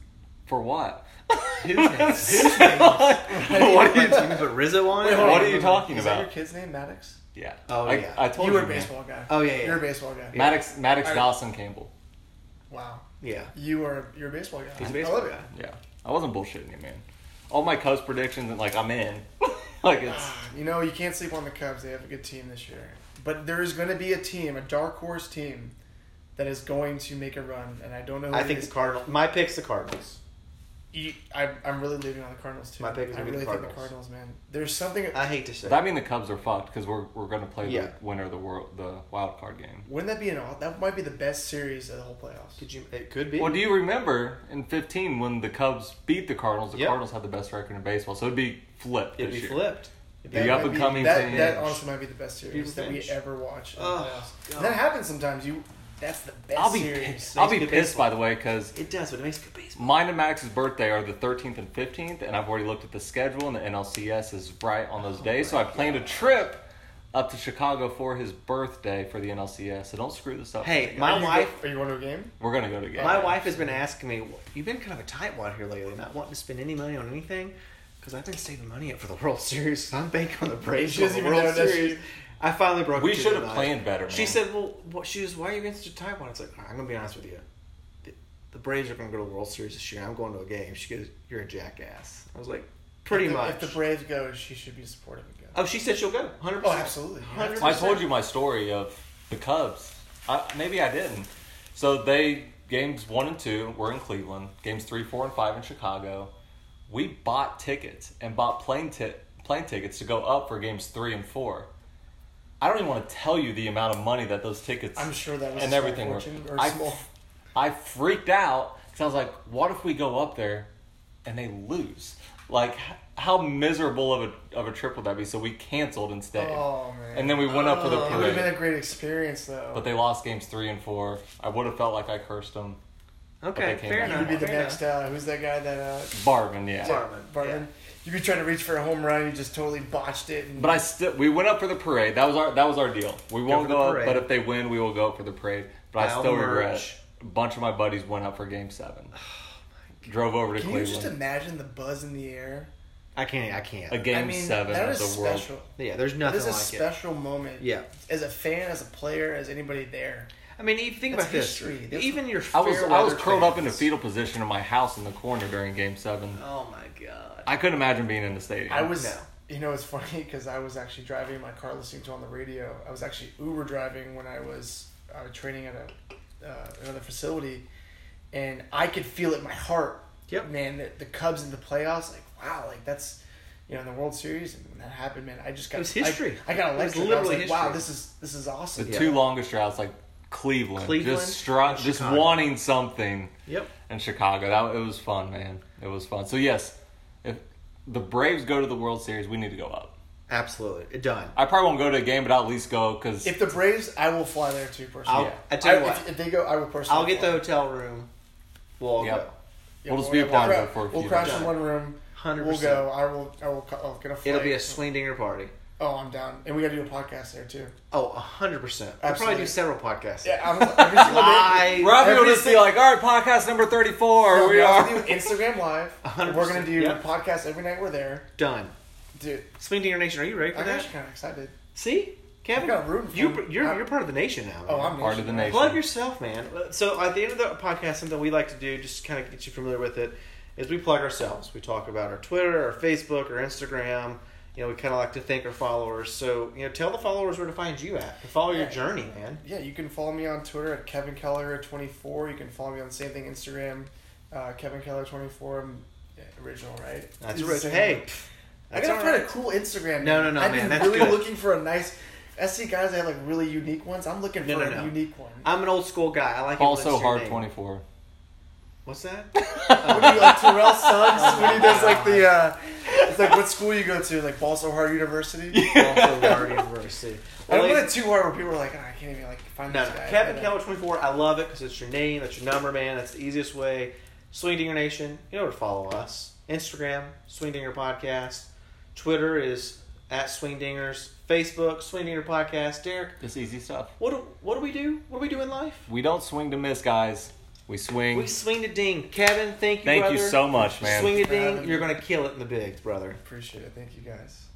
[SPEAKER 1] for what?
[SPEAKER 2] Who's next? Who's
[SPEAKER 1] Like,
[SPEAKER 2] next?
[SPEAKER 1] what are you?
[SPEAKER 2] You put Rizzo on
[SPEAKER 3] Wait,
[SPEAKER 2] it?
[SPEAKER 3] hold
[SPEAKER 1] What
[SPEAKER 3] on.
[SPEAKER 1] are you talking
[SPEAKER 3] Is
[SPEAKER 1] about?
[SPEAKER 3] that your kid's name, Maddox?
[SPEAKER 1] Yeah.
[SPEAKER 2] Oh,
[SPEAKER 1] I,
[SPEAKER 2] yeah.
[SPEAKER 1] I told
[SPEAKER 3] You
[SPEAKER 1] you.
[SPEAKER 3] were a
[SPEAKER 1] man.
[SPEAKER 3] baseball guy.
[SPEAKER 2] Oh, yeah, yeah.
[SPEAKER 3] You're a baseball guy.
[SPEAKER 1] Maddox Maddox
[SPEAKER 3] I-
[SPEAKER 1] Dawson Campbell.
[SPEAKER 3] Wow.
[SPEAKER 2] Yeah.
[SPEAKER 3] You are you're a baseball guy.
[SPEAKER 2] He's a
[SPEAKER 3] I
[SPEAKER 2] baseball
[SPEAKER 3] love it.
[SPEAKER 2] guy.
[SPEAKER 1] Yeah. I wasn't bullshitting you, man. All my Cubs predictions, like I'm in. like it's
[SPEAKER 3] Ah, You know, you can't sleep on the Cubs. They have a good team this year. But there is going to be a team, a dark horse team, that is going to make a run. And I don't know who
[SPEAKER 2] I
[SPEAKER 3] it
[SPEAKER 2] think the
[SPEAKER 3] is.
[SPEAKER 2] Cardinal. My pick's the Cardinals.
[SPEAKER 3] You- I, I'm really leaning on the Cardinals, too.
[SPEAKER 2] My pick is
[SPEAKER 3] I
[SPEAKER 2] gonna be
[SPEAKER 3] really
[SPEAKER 2] the
[SPEAKER 3] think the
[SPEAKER 2] Cardinals.
[SPEAKER 3] Cardinals, man. There's something.
[SPEAKER 2] I hate to say.
[SPEAKER 1] that mean the Cubs are fucked because we're we're gonna play
[SPEAKER 2] Yeah.
[SPEAKER 1] the winner of the world the wild card game.
[SPEAKER 3] Wouldn't that be an odd? That might be the best series of the whole playoffs.
[SPEAKER 2] Could you? It could be.
[SPEAKER 1] Well, do you remember in '15 when the Cubs beat the Cardinals? The
[SPEAKER 2] Yep.
[SPEAKER 1] Cardinals had the best record in baseball, so it'd be flipped.
[SPEAKER 2] It'd
[SPEAKER 1] this
[SPEAKER 2] be
[SPEAKER 1] year.
[SPEAKER 2] flipped. It'd
[SPEAKER 1] The
[SPEAKER 2] be-
[SPEAKER 3] might
[SPEAKER 1] up and
[SPEAKER 3] be-
[SPEAKER 1] coming
[SPEAKER 3] That,
[SPEAKER 1] thing.
[SPEAKER 3] that honestly might be the best series
[SPEAKER 2] Be
[SPEAKER 3] that we
[SPEAKER 2] revenge.
[SPEAKER 3] ever watch. In the
[SPEAKER 2] Ugh,
[SPEAKER 3] playoffs.
[SPEAKER 2] God.
[SPEAKER 3] And that happens sometimes. You, that's the best
[SPEAKER 1] I'll be
[SPEAKER 3] series.
[SPEAKER 1] pissed. I'll be
[SPEAKER 2] Makes good
[SPEAKER 1] pissed by the way because
[SPEAKER 2] It does, but it makes good baseball.
[SPEAKER 1] mine and Maddox's birthday are the 13th and 15th, and I've already looked at the schedule, and the NLCS is right on
[SPEAKER 2] Oh
[SPEAKER 1] those days. So I planned a trip up to Chicago for his birthday for the NLCS. So don't screw this up.
[SPEAKER 2] Hey,
[SPEAKER 3] Are
[SPEAKER 2] my
[SPEAKER 3] you go-
[SPEAKER 2] wife.
[SPEAKER 3] are you going to a game?
[SPEAKER 1] we're gonna go to game.
[SPEAKER 2] My wife has been asking me, "You've been kind of a tightwad here lately, not wanting to spend any money on anything." Because I've been saving money up for the World Series. so I'm banking on the Braves
[SPEAKER 3] She
[SPEAKER 2] for the
[SPEAKER 3] doesn't even
[SPEAKER 2] World
[SPEAKER 3] know that
[SPEAKER 2] Series. I finally broke.
[SPEAKER 1] We
[SPEAKER 2] it to
[SPEAKER 1] should
[SPEAKER 2] her
[SPEAKER 1] have
[SPEAKER 2] tonight.
[SPEAKER 1] planned better.
[SPEAKER 2] She
[SPEAKER 1] man.
[SPEAKER 2] said, "Well, what, she was, why are you against such a tight one?" It's like, "All right, I'm gonna be honest with you. The, the Braves are gonna go to the World Series this year. and I'm going to a game." She goes, "You're a jackass." I was like, "Pretty
[SPEAKER 3] If the-
[SPEAKER 2] much."
[SPEAKER 3] If the Braves go, she should be supportive again.
[SPEAKER 2] oh, she said she'll go. Hundred
[SPEAKER 3] Oh,
[SPEAKER 2] percent.
[SPEAKER 3] absolutely.
[SPEAKER 2] Hundred
[SPEAKER 1] I
[SPEAKER 2] percent.
[SPEAKER 1] told you my story of the Cubs. I, maybe I didn't. So they games one and two were in Cleveland. Games three, four, and five in Chicago. We bought tickets and bought plane ti- plane tickets to go up for games three and four. I don't even want to tell you the amount of money that those tickets
[SPEAKER 3] I'm sure that was
[SPEAKER 1] and
[SPEAKER 3] a small
[SPEAKER 1] everything were.
[SPEAKER 3] fortune or
[SPEAKER 1] I,
[SPEAKER 3] small-
[SPEAKER 1] I freaked out because I was like, "What if we go up there and they lose? Like, h- how miserable of a of a trip would that be?" So we canceled and stayed.
[SPEAKER 3] Oh man.
[SPEAKER 1] And then we went up for the
[SPEAKER 3] it would have Oh. been
[SPEAKER 1] parade.
[SPEAKER 3] a great experience though.
[SPEAKER 1] But they lost games three and four. I would have felt like I cursed them.
[SPEAKER 2] Okay,
[SPEAKER 1] Okay,
[SPEAKER 2] fair
[SPEAKER 1] you
[SPEAKER 3] you'd
[SPEAKER 2] enough.
[SPEAKER 3] be the
[SPEAKER 2] fair
[SPEAKER 3] next.
[SPEAKER 2] enough.
[SPEAKER 3] Uh, who's that guy that? Uh,
[SPEAKER 1] Barvin, yeah.
[SPEAKER 2] Barvin.
[SPEAKER 3] Bartman. You'd be trying to reach for a home run. You just totally botched it. And
[SPEAKER 1] But I still, we went up for the parade. That was our that was our deal. We won't
[SPEAKER 2] for the
[SPEAKER 1] go up,
[SPEAKER 2] parade.
[SPEAKER 1] but if they win, we will go up for the parade. But
[SPEAKER 2] Buy
[SPEAKER 1] I
[SPEAKER 2] all
[SPEAKER 1] still
[SPEAKER 2] the
[SPEAKER 1] regret.
[SPEAKER 2] merch.
[SPEAKER 1] A bunch of my buddies went up for Game Seven. Drove over to
[SPEAKER 3] Oh, Can you just
[SPEAKER 1] Cleveland.
[SPEAKER 3] imagine the buzz in the air?
[SPEAKER 2] I can't. I can't.
[SPEAKER 1] A game
[SPEAKER 3] I mean,
[SPEAKER 1] seven
[SPEAKER 3] that
[SPEAKER 1] of
[SPEAKER 3] is
[SPEAKER 1] the world.
[SPEAKER 3] special.
[SPEAKER 2] Yeah, there's
[SPEAKER 3] That
[SPEAKER 2] nothing
[SPEAKER 3] is a
[SPEAKER 2] like
[SPEAKER 3] special moment.
[SPEAKER 2] it. Yeah.
[SPEAKER 3] As a fan, as a player, as anybody there.
[SPEAKER 2] I mean, even think
[SPEAKER 3] That's
[SPEAKER 2] about this.
[SPEAKER 3] history. That's-
[SPEAKER 2] even your
[SPEAKER 1] I was I was
[SPEAKER 2] fair-weather
[SPEAKER 1] curled up in a
[SPEAKER 2] fans.
[SPEAKER 1] fetal position in my house in the corner during Game Seven.
[SPEAKER 2] Oh my god.
[SPEAKER 1] I couldn't imagine being in the stadium.
[SPEAKER 3] I was.
[SPEAKER 2] No.
[SPEAKER 3] You know, it's funny because I was actually driving in my car listening to on the radio. I was actually Uber driving when I was uh, training at a uh, another facility, and I could feel it in my heart.
[SPEAKER 2] Yep.
[SPEAKER 3] Man, the, the Cubs in the playoffs, like wow, like that's you know in the World Series and when that happened, man. I just got
[SPEAKER 2] It was history.
[SPEAKER 3] I, I got
[SPEAKER 2] It was
[SPEAKER 3] electric.
[SPEAKER 2] literally
[SPEAKER 3] I was like,
[SPEAKER 2] history.
[SPEAKER 3] wow, this is this is
[SPEAKER 1] the
[SPEAKER 3] awesome.
[SPEAKER 1] two longest droughts, like Cleveland,
[SPEAKER 2] Cleveland
[SPEAKER 1] just stri-
[SPEAKER 2] and
[SPEAKER 1] just
[SPEAKER 2] Chicago.
[SPEAKER 1] wanting something.
[SPEAKER 2] Yep.
[SPEAKER 1] in Chicago. That it was fun, man. It was fun. So yes, if the Braves go to the World Series, we need to go up.
[SPEAKER 2] Absolutely. Done.
[SPEAKER 1] I probably won't go to a game, but I'll at least go because
[SPEAKER 3] If the Braves, I will fly there too personally.
[SPEAKER 2] I'll,
[SPEAKER 1] Yeah.
[SPEAKER 2] I tell you
[SPEAKER 3] I-
[SPEAKER 2] what.
[SPEAKER 3] if, if they go, I will personally.
[SPEAKER 2] I'll get the
[SPEAKER 3] fly.
[SPEAKER 2] hotel room. We'll all
[SPEAKER 1] Yep.
[SPEAKER 2] go.
[SPEAKER 3] Yeah,
[SPEAKER 1] We'll just be a part of it for a
[SPEAKER 3] We'll
[SPEAKER 1] few
[SPEAKER 3] crash
[SPEAKER 2] days.
[SPEAKER 3] in one room.
[SPEAKER 2] Hundred
[SPEAKER 3] We'll
[SPEAKER 2] percent.
[SPEAKER 3] go. I will. I will. co- I'll get a flight.
[SPEAKER 2] It'll be a swing dinger party.
[SPEAKER 3] Oh, I'm down. And we got to do a podcast there too.
[SPEAKER 2] Oh, hundred percent. We'll probably
[SPEAKER 3] Absolutely.
[SPEAKER 2] do several podcasts.
[SPEAKER 3] Yeah, I'm every single day.
[SPEAKER 2] Live.
[SPEAKER 1] Robbie will
[SPEAKER 3] Every
[SPEAKER 1] just be like, all right, podcast number 34.
[SPEAKER 3] So
[SPEAKER 1] we
[SPEAKER 3] we're gonna
[SPEAKER 1] are.
[SPEAKER 3] do Instagram live.
[SPEAKER 2] hundred
[SPEAKER 3] We're gonna
[SPEAKER 2] percent.
[SPEAKER 3] do
[SPEAKER 2] Yep.
[SPEAKER 3] podcasts every night we're there.
[SPEAKER 2] Done.
[SPEAKER 3] Dude,
[SPEAKER 2] Swing dinger nation. Are you ready for
[SPEAKER 3] I'm
[SPEAKER 2] that?
[SPEAKER 3] actually kind of excited.
[SPEAKER 2] See, Kevin,
[SPEAKER 3] got room for
[SPEAKER 2] you
[SPEAKER 3] him.
[SPEAKER 2] you're
[SPEAKER 3] I-
[SPEAKER 2] you're part of the nation now.
[SPEAKER 3] Oh,
[SPEAKER 2] man.
[SPEAKER 3] I'm
[SPEAKER 1] Part of the nation.
[SPEAKER 2] Plug yourself, man. So at the end of the podcast, something we like to do, just to kind of get you familiar with it, is we plug ourselves. We talk about our Twitter, our Facebook, our Instagram. You know, we kind of like to thank our followers. So you know, tell the followers where to find you at. To follow your
[SPEAKER 3] Yeah.
[SPEAKER 2] journey, man.
[SPEAKER 3] Yeah, you can follow me on Twitter at Kevin Keller twenty four. You can follow me on the same thing Instagram, uh, Kevin Keller twenty four. Yeah, original, right?
[SPEAKER 2] That's
[SPEAKER 3] It's
[SPEAKER 2] right.
[SPEAKER 3] the same
[SPEAKER 2] Hey,
[SPEAKER 3] thing. I
[SPEAKER 2] that's
[SPEAKER 3] gotta
[SPEAKER 2] all right.
[SPEAKER 3] find a cool Instagram.
[SPEAKER 2] No,
[SPEAKER 3] name.
[SPEAKER 2] no, no,
[SPEAKER 3] I've
[SPEAKER 2] man,
[SPEAKER 3] been
[SPEAKER 2] that's
[SPEAKER 3] really
[SPEAKER 2] good.
[SPEAKER 3] looking for a nice. I see guys that have like really unique ones. I'm looking for
[SPEAKER 2] No, no,
[SPEAKER 3] a
[SPEAKER 2] no.
[SPEAKER 3] unique one.
[SPEAKER 2] I'm an old school guy. I like it when it's
[SPEAKER 1] Also,
[SPEAKER 2] your
[SPEAKER 1] hard
[SPEAKER 2] name.
[SPEAKER 1] 24.
[SPEAKER 2] What's that?
[SPEAKER 3] What do you like Terrell Suggs when he does like the uh, it's like what school you go to like Balso Hard University?
[SPEAKER 2] also, Hard University.
[SPEAKER 3] I
[SPEAKER 2] Well,
[SPEAKER 3] don't
[SPEAKER 2] ladies-
[SPEAKER 3] want it too hard where people are like, oh, I can't even like find
[SPEAKER 2] No,
[SPEAKER 3] this
[SPEAKER 2] no.
[SPEAKER 3] guy.
[SPEAKER 2] Kevin
[SPEAKER 3] But, uh,
[SPEAKER 2] Keller 24. I love it because it's your name, that's your number, man. That's the easiest way. Swing Dinger Nation, you know where to follow us. Instagram, Swing Dinger Podcast. Twitter is at Swing Dingers. Facebook, Swing Dinger Podcast. Derek,
[SPEAKER 1] It's easy stuff.
[SPEAKER 2] what do, what do we do? What do we do in life?
[SPEAKER 1] We don't swing to miss, guys. We swing.
[SPEAKER 2] We swing to ding. Kevin, thank you,
[SPEAKER 1] Thank
[SPEAKER 2] brother.
[SPEAKER 1] you so much, man.
[SPEAKER 2] Swing to
[SPEAKER 3] For having
[SPEAKER 2] ding.
[SPEAKER 3] me.
[SPEAKER 2] You're going to kill it in the bigs, brother.
[SPEAKER 3] Appreciate it. Thank you guys.